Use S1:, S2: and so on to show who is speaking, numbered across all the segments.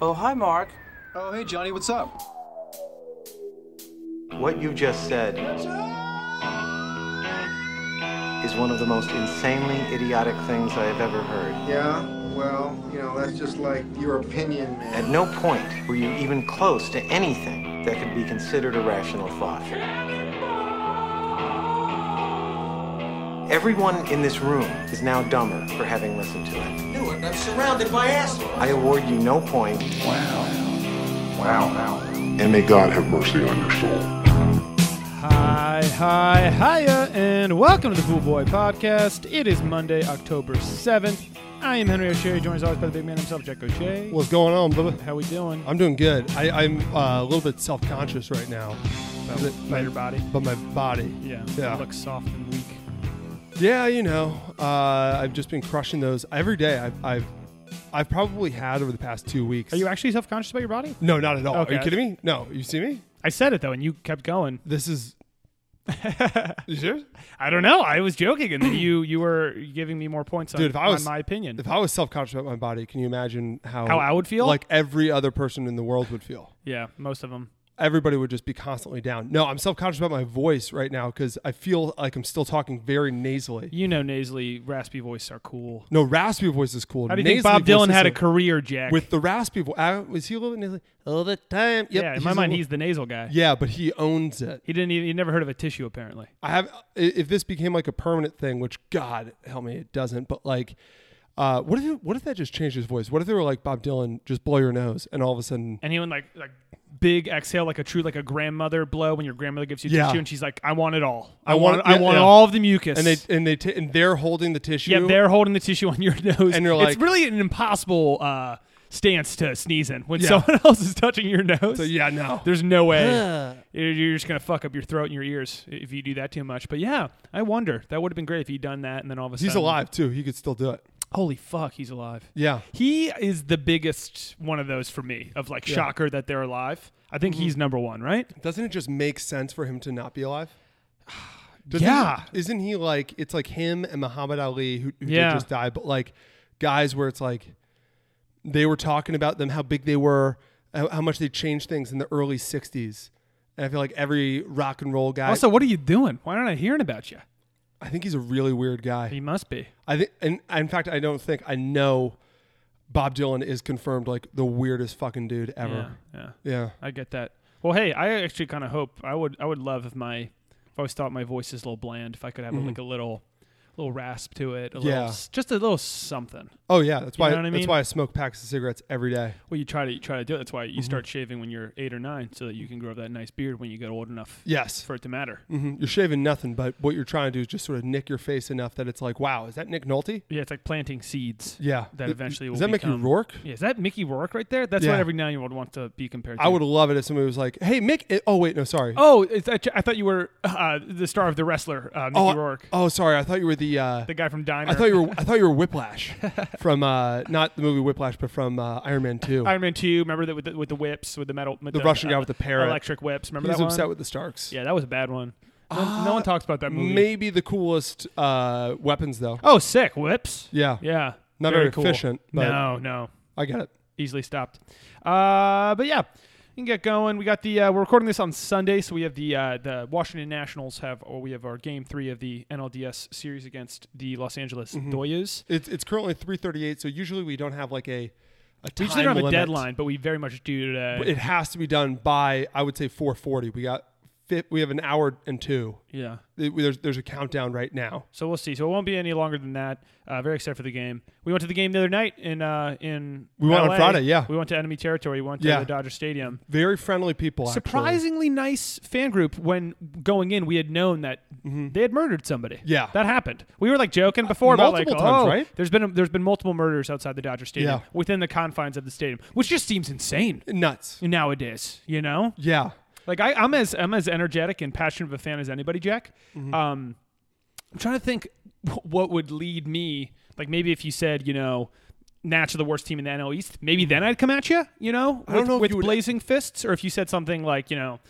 S1: Oh, hi, Mark.
S2: Oh, hey, Johnny, what's up?
S3: What you just said is one of the most insanely idiotic things I have ever heard.
S4: Yeah, well, you know, that's just like your opinion, man.
S3: At no point were you even close to anything that could be considered a rational thought. Everyone in this room is now dumber for having listened to it.
S5: Do it. I'm surrounded by assholes.
S3: I award you no point.
S6: And may God have mercy on your soul.
S7: Hi, hi, hiya, and welcome to the Pool Boy Podcast. It is Monday, October 7th. I am Henry O'Shea, joined as always by the big man himself, Jack O'Shea.
S8: What's going on, Bubba?
S7: How we doing?
S8: I'm doing good. I, I'm uh, a little bit self-conscious right now,
S7: About-
S8: Is it-
S7: about your body?
S8: but my body.
S7: Yeah,
S8: Yeah.
S7: It looks soft and weak.
S8: Yeah, you know, uh, I've just been crushing those every day. I've, I've, I've probably had over the past two weeks.
S7: Are you actually self-conscious about your body?
S8: No, not at all.
S7: Okay.
S8: Are you kidding me? No, you see me?
S7: I said it though, and you kept going.
S8: This is. you serious?
S7: I don't know. I was joking, and then you you were giving me more points on,
S8: Dude, if I
S7: on
S8: was-
S7: my opinion.
S8: If I was self-conscious about my body, can you imagine how
S7: How I would feel?
S8: Like every other person in the world would feel.
S7: yeah, most of them.
S8: everybody would just be constantly down. No, I'm self-conscious about my voice right now because I feel like I'm still talking very nasally.
S7: You know, nasally, raspy voice are cool.
S8: No, raspy voice is cool.
S7: How do you
S8: Nasally
S7: think Bob Dylan
S8: voice
S7: had a
S8: is
S7: career, Jack?
S8: with the raspy voice? Was he a little bit nasally all the time? Yep,
S7: yeah, in
S8: he's
S7: my
S8: a
S7: mind,
S8: little-
S7: he's the nasal guy.
S8: yeah, but he owns it.
S7: He didn't. Even, he never heard of a tissue apparently.
S8: I have. i- If this became like a permanent thing, which God help me, it doesn't. But like, uh, what if it, what if that just changed his voice? What if they were like Bob Dylan, just blow your nose, and all of a sudden,
S7: and he went like like big exhale like a true like a grandmother blow when your grandmother gives you
S8: Yeah.
S7: tissue and she's like I want it all I,
S8: I
S7: want
S8: want
S7: it,
S8: it-
S7: I
S8: yeah,
S7: want
S8: yeah.
S7: all of the mucus
S8: and they and they t- and they're holding the tissue.
S7: yeah they're holding the tissue on your nose
S8: And you're
S7: it's
S8: like-
S7: really an impossible uh, stance to sneeze in when
S8: Yeah.
S7: someone else is touching your nose
S8: So, yeah, no.
S7: there's no way you're, you're just gonna fuck up your throat and your ears if you do that too much but yeah I wonder that would have been great if he'd done that and then all of a sudden
S8: He's alive too. He could still do it.
S7: holy fuck he's alive
S8: Yeah.
S7: he is the biggest one of those for me of like shocker that they're alive I
S8: Mm-hmm.
S7: think he's number one right
S8: Doesn't it just make sense for him to not be alive? Doesn't
S7: Yeah.
S8: he- isn't he like it's like him and Muhammad Ali who, who
S7: Yeah.
S8: did just die, but like guys where it's like they were talking about them how big they were, how, how much they changed things in the early '60s, and I feel like every rock and roll guy.
S7: Also, what are you doing? Why aren't I hearing about you?
S8: I think he's a really weird guy.
S7: He must be.
S8: I think, and in fact, I don't think I know. Bob Dylan is confirmed like the weirdest fucking dude
S7: Yeah,
S8: ever.
S7: yeah.
S8: Yeah.
S7: I get that. Well, hey, I actually kind of hope I would. I would love if my. If I always thought my voice is a little bland. If I could have like a little, little rasp to it. A
S8: Yeah.
S7: Little, just a little something.
S8: Oh yeah, that's
S7: You
S8: why
S7: know what I mean?
S8: that's why I smoke packs of cigarettes every day.
S7: Well, you try to you try to do it. That's why you start shaving when you're eight or nine, so that you can grow that nice beard when you get old enough
S8: Yes.
S7: for it to matter.
S8: hmm You're shaving nothing, but what you're trying to do is just sort of nick your face enough that it's like, wow, is that Nick Nolte?
S7: Yeah, it's like planting seeds.
S8: Yeah.
S7: That
S8: Th-
S7: eventually will
S8: Does that make you
S7: become-
S8: Rourke?
S7: Yeah, is that Mickey Rourke right there? That's what
S8: Yeah.
S7: every nine-year-old wants to be compared to.
S8: I would love it if somebody was like, hey, Mick. eh, Oh, wait, no, sorry.
S7: Oh, is that, I thought you were uh, the star of the wrestler, uh, Mickey
S8: oh, I-
S7: Rourke,
S8: oh, sorry. I thought you were the. Uh,
S7: the guy from Diner.
S8: I thought you were. I thought you were Whiplash, from uh, not the movie Whiplash, but from uh, Iron Man Two.
S7: Iron Man Two. Remember that with the, with the whips, with the metal, with
S8: The Russian guy with the parrot.
S7: electric whips. Remember
S8: He's
S7: that
S8: upset
S7: one?
S8: with Ah, the Starks.
S7: yeah, that was a bad one. No, no one talks about that movie.
S8: Maybe the coolest uh, weapons though.
S7: Oh, sick whips.
S8: Yeah.
S7: Yeah,
S8: Not very
S7: cool.
S8: efficient, but-
S7: no, no,
S8: I get it.
S7: easily stopped. Uh, but yeah, you can get going. We got the uh, we're recording this on Sunday, so we have the uh, the Washington Nationals have or we have our game three of the NLDS series against the Los Angeles
S8: Mm-hmm.
S7: Doyas.
S8: It's it's currently 3:38, so usually we don't have like a a time
S7: We usually don't have
S8: limit.
S7: a deadline, but we very much do today.
S8: it has to be done by I would say 4:40. We got fit, we have an hour and two.
S7: yeah.
S8: It- There's there's a countdown right now.
S7: So we'll see. So it won't be any longer than that. Uh, very excited for the game. We went to the game the other night in uh, in.
S8: We went on
S7: LA.
S8: Friday, yeah.
S7: We went to enemy territory. We went to
S8: Yeah.
S7: the Dodger Stadium.
S8: Very friendly people. actually.
S7: Surprisingly nice fan group. When going in, we had known that they had murdered somebody.
S8: Mm-hmm. Yeah.
S7: that happened. We were like joking before about like,
S8: multiple times,
S7: oh,
S8: right?
S7: there's been there's been multiple murders outside the Dodger Stadium
S8: Yeah.
S7: within the confines of the stadium, which just seems insane
S8: nuts.
S7: nowadays. You know,
S8: Yeah.
S7: like I, I'm as I'm as energetic and passionate of a fan as anybody, Jack.
S8: Mm-hmm.
S7: Um, I'm trying to think wh- what would lead me. Like maybe if you said, you know, Nats are the worst team in the NL East, maybe then I'd come at you. You know, with,
S8: Mm-hmm. don't know if
S7: with
S8: you would-
S7: blazing fists, or if you said something like, you know,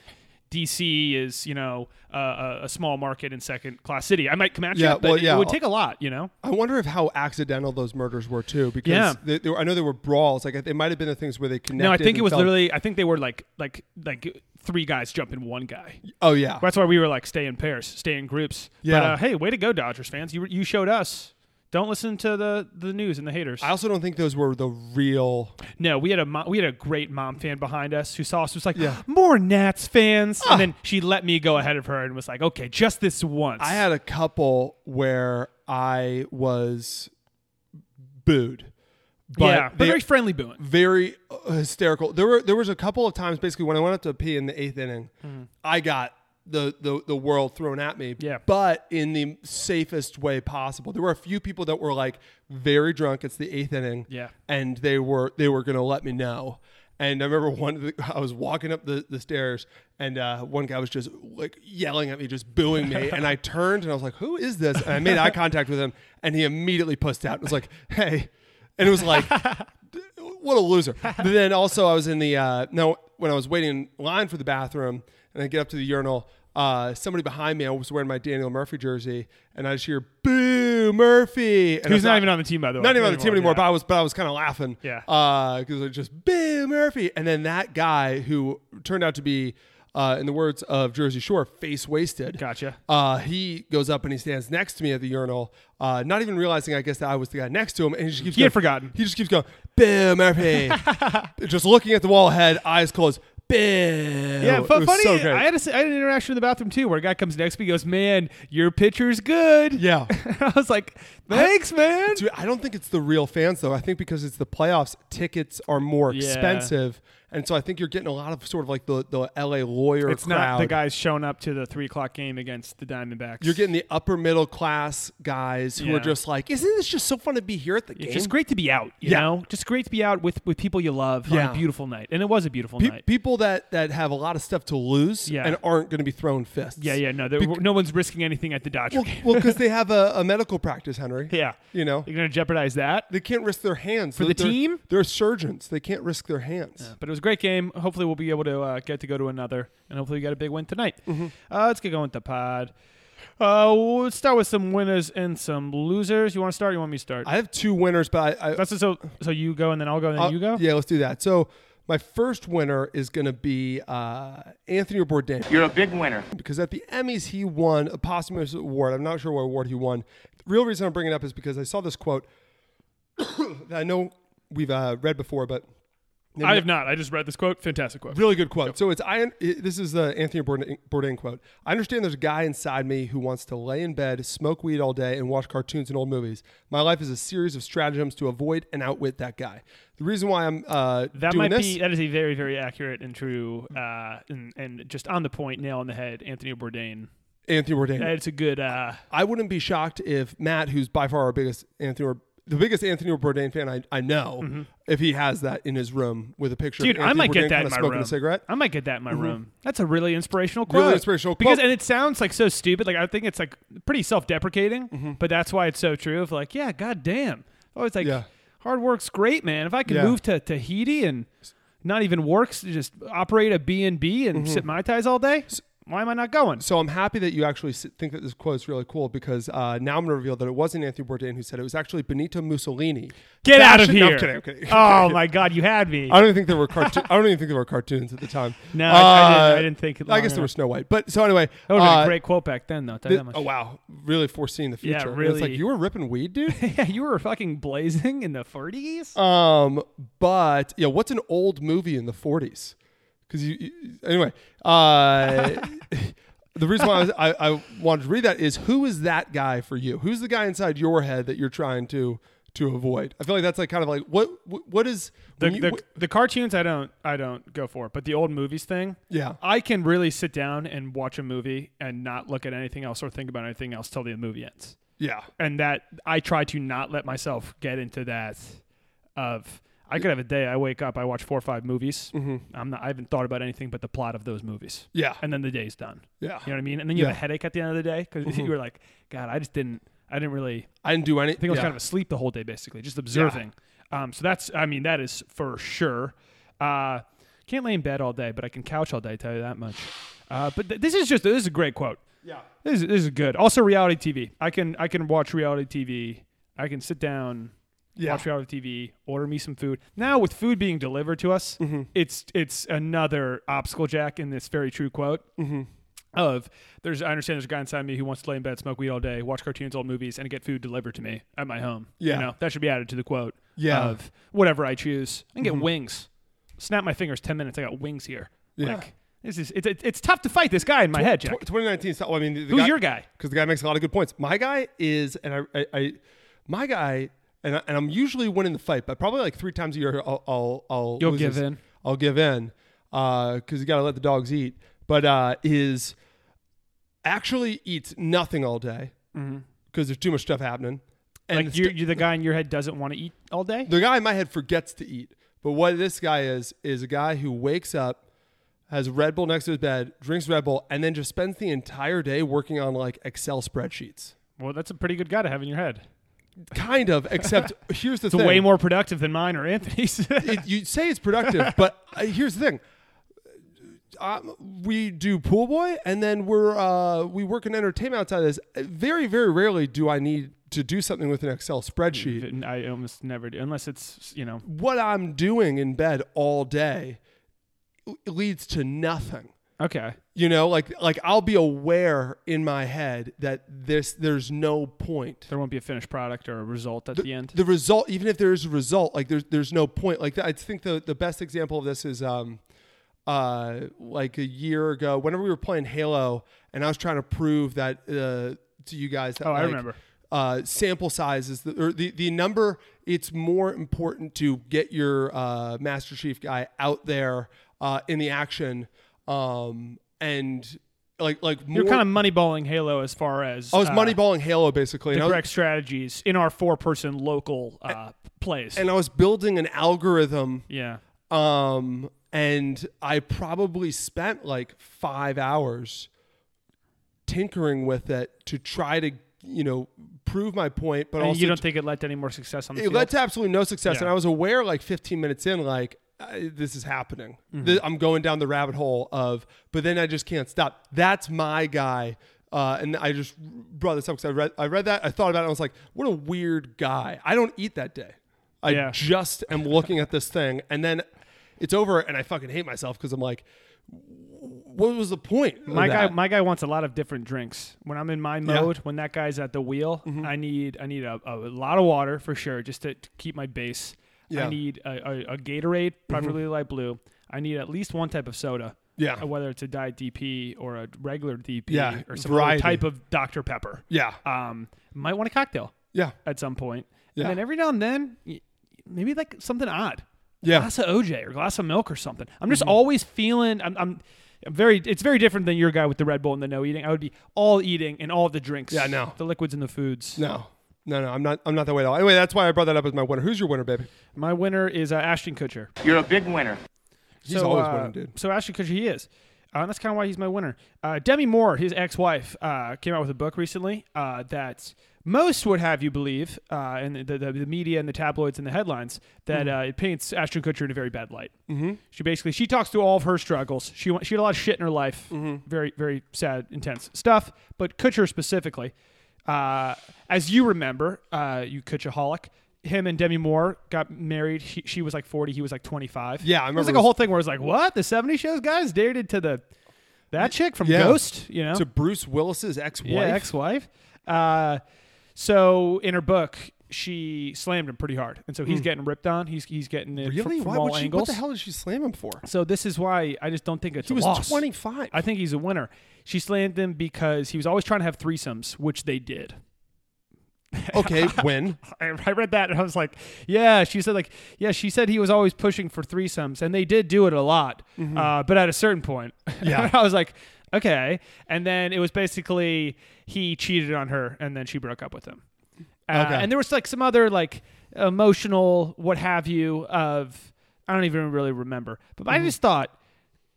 S7: DC is you know uh, a, a small market and second class city. I might come at you,
S8: Yeah,
S7: but
S8: well,
S7: it-
S8: yeah.
S7: it would take a lot, you know.
S8: I wonder if how accidental those murders were too, because
S7: Yeah.
S8: they, they were, I know there were brawls. Like it might have been the things where they connected.
S7: No, I think
S8: and
S7: it was
S8: fell-
S7: literally. I think they were like like like three guys jumping one guy.
S8: Oh yeah,
S7: That's why we were like, stay in pairs, stay in groups. But,
S8: Yeah.
S7: uh, hey, way to go, Dodgers fans! You you showed us. Don't listen to the the news and the haters.
S8: I also don't think those were the real.
S7: no, we had a mo- we had a great mom fan behind us who saw us was like,
S8: Yeah.
S7: more Nats fans, and then she let me go ahead of her and was like, okay, just this once.
S8: I had a couple where I was booed, but
S7: yeah, but Oh,
S8: they-
S7: very friendly booing.
S8: very uh, hysterical. There were there was a couple of times basically when I went up to pee in the eighth inning, I got the, the the world thrown at me.
S7: Mm-hmm. Yeah.
S8: But in the safest way possible. There were a few people that were like very drunk. It's the eighth inning.
S7: Yeah.
S8: And they were they were gonna let me know. And I remember one of the, I was walking up the, the stairs and uh, one guy was just like yelling at me, just booing me. and I turned and I was like, who is this? And I made eye contact with him and he immediately pussed out. It was like, hey. And it was like, what a loser. But then also I was in the uh, no when I was waiting in line for the bathroom and I get up to the urinal. Uh, somebody behind me, I was wearing my Daniel Murphy jersey, and I just hear "Boo Murphy," and I
S7: Who's
S8: thought-
S7: not even on the team by the way?
S8: not even on the team anymore.
S7: yeah.
S8: But I was, but I was kind of laughing.
S7: Yeah.
S8: Because it was just Boo Murphy, and then that guy who turned out to be, uh, in the words of Jersey Shore, face wasted.
S7: Gotcha.
S8: Uh, he goes up and he stands next to me at the urinal, uh, not even realizing, I guess, that I was the guy next to him, and he just keeps.
S7: He
S8: going,
S7: had forgotten.
S8: He just keeps going, Boo Murphy, just looking at the wall ahead, eyes closed. Boo. Yeah,
S7: Yeah, fu- funny. I had a, I had an interaction in the bathroom too, where a guy comes next to me, and goes, "Man, your pitcher's good."
S8: Yeah.
S7: I was like, "Thanks, man."
S8: Dude, I don't think it's the real fans though. I think because it's the playoffs, tickets are more
S7: Yeah.
S8: expensive, and so I think you're getting a lot of sort of like the the L.A. lawyer.
S7: It's not the
S8: crowd.
S7: guys showing up to the three o'clock game against the Diamondbacks.
S8: You're getting the upper middle class guys who
S7: Yeah.
S8: are just like, isn't this just so fun to be here at the
S7: It's
S8: game?
S7: just great to be out, you
S8: Yeah.
S7: know. Just great to be out with with people you love on
S8: Yeah.
S7: a beautiful night, and it was a beautiful
S8: Pe-
S7: night.
S8: people that that have a lot of stuff to lose
S7: Yeah.
S8: and aren't going to be throwing fists.
S7: yeah, yeah. No, there,
S8: Bec-
S7: no one's risking anything at the Dodger
S8: Well,
S7: game.
S8: well, because they have a, a medical practice, Henry.
S7: yeah,
S8: you know
S7: you're gonna jeopardize that.
S8: they can't risk their hands for
S7: the team?
S8: They're surgeons. They can't risk their hands.
S7: But it was a great game. Hopefully, we'll be able to uh, get to go to another, and hopefully, we got a big win tonight.
S8: Mm-hmm.
S7: Uh, let's get going with the pod. Uh, let's start with some winners and some losers. You want to start? You want me to start?
S8: I have two winners, but I, I,
S7: That's so. So you go, and then I'll go, and then
S8: Uh,
S7: you go.
S8: Yeah, let's do that. So my first winner is going to be uh, Anthony Bourdain. You're a big winner because at the Emmys he won a posthumous award. I'm not sure what award he won. The real reason I'm bringing it up is because I saw this quote that I know we've uh, read before, but
S7: I have not. I just read this quote. Fantastic quote.
S8: Really good quote. So it's I. it- This is the Anthony Bourdain, Bourdain quote. I understand there's a guy inside me who wants to lay in bed, smoke weed all day, and watch cartoons and old movies. My life is a series of stratagems to avoid and outwit that guy. The reason why I'm uh,
S7: That
S8: doing
S7: might
S8: this, Mm-hmm.
S7: be. That is a very, very accurate and true, uh, and, and just on the point, nail on the head. Anthony
S8: Mm-hmm.
S7: Bourdain.
S8: Anthony Bourdain.
S7: It's a good. Uh,
S8: I wouldn't be shocked if Matt, who's by far our biggest Anthony, the biggest Anthony Bourdain fan I, I know, if he has that in his room with a picture.
S7: Mm-hmm. dude,
S8: of
S7: I
S8: Anthony
S7: might
S8: Bourdain
S7: get that
S8: kinda
S7: in my
S8: smoking
S7: room.
S8: a cigarette. Mm-hmm.
S7: I might get that in my room. That's a really inspirational quote.
S8: Really inspirational quote.
S7: Because and it sounds like so stupid. Like I think it's like pretty self-deprecating,
S8: Mm-hmm.
S7: but that's why it's so true. Of like, yeah, goddamn. Always like,
S8: Yeah.
S7: hard work's great, man. If I could
S8: Yeah.
S7: move to Tahiti and not even works, just operate a B and B
S8: Mm-hmm.
S7: and sit my ties all day. Why am I not going?
S8: So I'm happy that you actually s- think that this quote is really cool because uh, now I'm going to reveal that it wasn't Anthony Bourdain who said it. It was actually Benito Mussolini.
S7: Get out of
S8: Fashion-
S7: here!
S8: no, I'm kidding, I'm kidding.
S7: Oh my god, you had me.
S8: I don't even think there were cartoons. I don't even think there were cartoons at the time. Uh,
S7: No, I- I didn't- I didn't think it
S8: I
S7: long
S8: guess there
S7: enough.
S8: was Snow White. But so anyway,
S7: that would have been
S8: uh,
S7: a great quote back then, though. I'll tell you
S8: th-
S7: that much.
S8: oh wow, really foreseeing the future.
S7: Yeah,
S8: And It's
S7: really.
S8: like you were ripping weed, dude.
S7: yeah, you were fucking blazing in the 40s.
S8: Um, but yeah, what's an old movie in the forties? Because you, you- anyway. Uh, the reason why I, was, I, I wanted to read that is who is that guy for you? Who's the guy inside your head that you're trying to to avoid? I feel like that's like kind of like what what, what is
S7: the,
S8: when you-
S7: the,
S8: what-
S7: the cartoons I don't I don't go for, but the old movies thing.
S8: Yeah.
S7: I can really sit down and watch a movie and not look at anything else or think about anything else till the movie ends.
S8: yeah.
S7: And that I try to not let myself get into that of I could have a day I wake up I watch four or five movies.
S8: Mm-hmm.
S7: I'm not I haven't thought about anything but the plot of those movies.
S8: Yeah.
S7: And then the day's done.
S8: Yeah.
S7: You know what I mean? And then you have
S8: Yeah.
S7: a headache at the end of the day because you were like, God, I just didn't I didn't really
S8: I didn't do anything.
S7: I think I was kind of asleep the whole day, basically, just observing. Um, so that's, I mean, that is for sure. Uh, can't lay in bed all day, but I can couch all day. Tell you that much. Uh, but th- this is just this is a great quote. Yeah, this is, this is good. Also, reality TV. I can I can watch reality TV. I can sit down, watch reality TV, order me some food. Now with food being delivered to us,
S8: Mm-hmm.
S7: it's it's another obstacle jack in this very true quote.
S8: Mm-hmm.
S7: Of there's, I understand there's a guy inside me who wants to lay in bed, smoke weed all day, watch cartoons, old movies, and get food delivered to me at my home.
S8: Yeah.
S7: you know that should be added to the quote.
S8: Yeah. Mm-hmm.
S7: of whatever I choose, I can get wings. Snap my fingers, ten minutes, I got wings here.
S8: Yeah.
S7: Like, this is it's, it's it's tough to fight this guy in my head, Jack.
S8: Tw- 2019. So, I mean, the
S7: Who's your guy?
S8: Because the guy makes a lot of good points. My guy is, and I, I, I my guy, and, I, and I'm usually winning the fight, but probably like three times a year, I'll, I'll, I'll
S7: You'll
S8: lose
S7: give
S8: this.
S7: in.
S8: I'll give in, because you got to let the dogs eat. But uh, is actually eats nothing all day because there's too much stuff happening. And
S7: Mm-hmm. like
S8: the
S7: you
S8: stu-
S7: you're the guy in your head doesn't want to eat all day.
S8: the guy in my head forgets to eat. But what this guy is is a guy who wakes up, has Red Bull next to his bed, drinks Red Bull, and then just spends the entire day working on like Excel spreadsheets.
S7: well, that's a pretty good guy to have in your head.
S8: Kind of, except here's the
S7: It's
S8: thing:
S7: way more productive than mine or Anthony's.
S8: It- you say it's productive, but uh, here's the thing. Um, we do pool boy, and then we're uh, we work in entertainment outside of this. Very, very rarely do I need to do something with an Excel spreadsheet.
S7: I almost never do unless it's you know
S8: what I'm doing in bed all day l- leads to nothing.
S7: okay.
S8: You know, like like I'll be aware in my head that this there's no point.
S7: There won't be a finished product or a result at the, end.
S8: The result, even if there is a result, like there's there's no point. Like I think the the best example of this is um uh like a year ago, whenever we were playing Halo, and I was trying to prove that uh to you guys that
S7: Oh, I
S8: like,
S7: remember.
S8: uh, sample size is the, or the the number. It's more important to get your uh, Master Chief guy out there uh, in the action, um, and like like more,
S7: You're kind of moneyballing Halo as far as
S8: I was
S7: uh,
S8: moneyballing Halo basically.
S7: the
S8: and I was-
S7: correct strategies in our four-person local uh, plays.
S8: and I was building an algorithm
S7: yeah,
S8: um and i probably spent like five hours tinkering with it to try to you know prove my point but
S7: and
S8: also
S7: you don't think it led to any more success on the
S8: it
S7: field?
S8: led to absolutely no success
S7: Yeah.
S8: and i was aware like 15 minutes in like I, this is happening
S7: Mm-hmm.
S8: Th- i'm going down the rabbit hole of but then i just can't stop that's my guy uh, and I just brought this up because I read, I read that. I thought about it. And I was like, what a weird guy. I don't eat that day. I
S7: Yeah.
S8: just am looking at this thing. And then it's over. And I fucking hate myself because I'm like, what was the point? of
S7: My guy,
S8: Oh, that?
S7: my guy wants a lot of different drinks. When I'm in my mode, when that guy's at the wheel,
S8: Mm-hmm.
S7: I need I need a, a lot of water for sure, just to, to keep my base.
S8: Yeah. Mm-hmm.
S7: I need a, a, a Gatorade, preferably light blue. I need at least one type of soda.
S8: Yeah.
S7: uh, Whether it's a diet DP or a regular DP
S8: Yeah,
S7: or some other
S8: variety.
S7: type of Dr Pepper.
S8: yeah.
S7: Um, might want a cocktail
S8: yeah.
S7: at some point.
S8: Yeah.
S7: And then every now and then, y- maybe like something odd.
S8: Yeah. Mm-hmm.
S7: Glass of OJ or glass of milk or something. I'm just always feeling I'm, I'm I'm very it's very different than your guy with the Red Bull and the no eating. I would be all eating and all the drinks.
S8: Yeah, no.
S7: The liquids and the foods.
S8: No. No, no, I'm not. I'm not that way at all. Anyway, that's why I brought that up as my winner. Who's your winner, baby?
S7: My winner is uh, Ashton Kutcher.
S5: You're a big winner.
S8: He's always winning, dude.
S7: So uh, Ashton Kutcher, he is. Uh, that's kind of why he's my winner. Uh, Demi Moore, his ex-wife, uh, came out with a book recently uh, that most would have you believe, uh, and the, the, the media and the tabloids and the headlines, that
S8: Mm-hmm.
S7: uh, it paints Ashton Kutcher in a very bad light. Mm-hmm. She basically she talks through all of her struggles. She went- she had a lot of shit in her life,
S8: Mm-hmm.
S7: very very sad, intense stuff. But Kutcher specifically, uh, as you remember, uh, you Kutchaholic. Him and Demi Moore got married. He, she was like 40. He was like 25.
S8: Yeah, I
S7: It was
S8: remember
S7: like
S8: it
S7: a
S8: was-
S7: whole thing where it's like, what? The 70 shows guys dated to the that chick from
S8: Yeah.
S7: Ghost, you know?
S8: To Bruce Willis's ex-wife.
S7: yeah, ex-wife. Uh, so in her book, she slammed him pretty hard. And so he's getting ripped on. He's he's getting it fr-
S8: Hmm. really?
S7: from,
S8: Why
S7: all
S8: would she,
S7: angles.
S8: what the hell did she slam him for?
S7: So this is why I just don't think it's
S8: He
S7: a
S8: was
S7: loss.
S8: 25.
S7: I think he's a winner. She slammed him because he was always trying to have threesomes, which they did.
S8: Okay, when?
S7: I, I read that and I was like, yeah. She said like, yeah. She said he was always pushing for threesomes, and they did do it a lot. Uh, but at a certain point,
S8: Yeah.
S7: I was like, okay. And then it was basically he cheated on her, and then she broke up with him. Uh,
S8: Okay.
S7: And there was like some other like emotional what have you of I don't even really remember. But
S8: Mm-hmm.
S7: I just thought,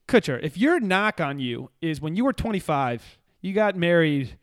S7: Kutcher, if your knock on you is when you were 25, you got married,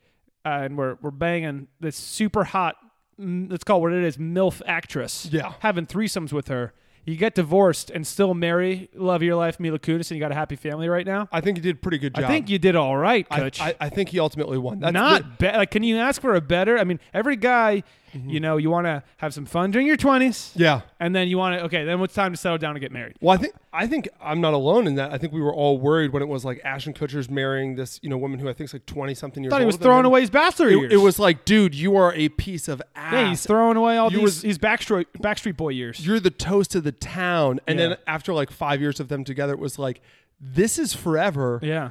S7: uh, and we're we're banging this super hot, mm, let's call it what it is, milf actress.
S8: Yeah.
S7: having threesomes with her. You get divorced and still marry love of your life Mila Kunis, and you got a happy family right now.
S8: I think he did a pretty good job.
S7: I think you did all right,
S8: I,
S7: Coach.
S8: I, I think he ultimately won. That's the- Mm-hmm.
S7: not bad. like, can you ask for a better? I mean, every guy, you know, you want to have some fun during your twenties.
S8: Yeah.
S7: and then you want to. Okay, then it's time to settle down and get married.
S8: Well, I think I think I'm not alone in that. I think we were all worried when it was like Ashton Kutcher's marrying this, you know, woman who I think's like 20 something years
S7: I
S8: old.
S7: thought he was
S8: at the time.
S7: throwing away his bachelor years.
S8: It, it was like, dude, you are a piece of ass.
S7: Yeah, he's throwing away all
S8: You
S7: these
S8: was-
S7: his Backstreet Backstreet Boy years.
S8: You're the toast of the town. And
S7: Yeah.
S8: then after like five years of them together, it was like, this is forever.
S7: yeah,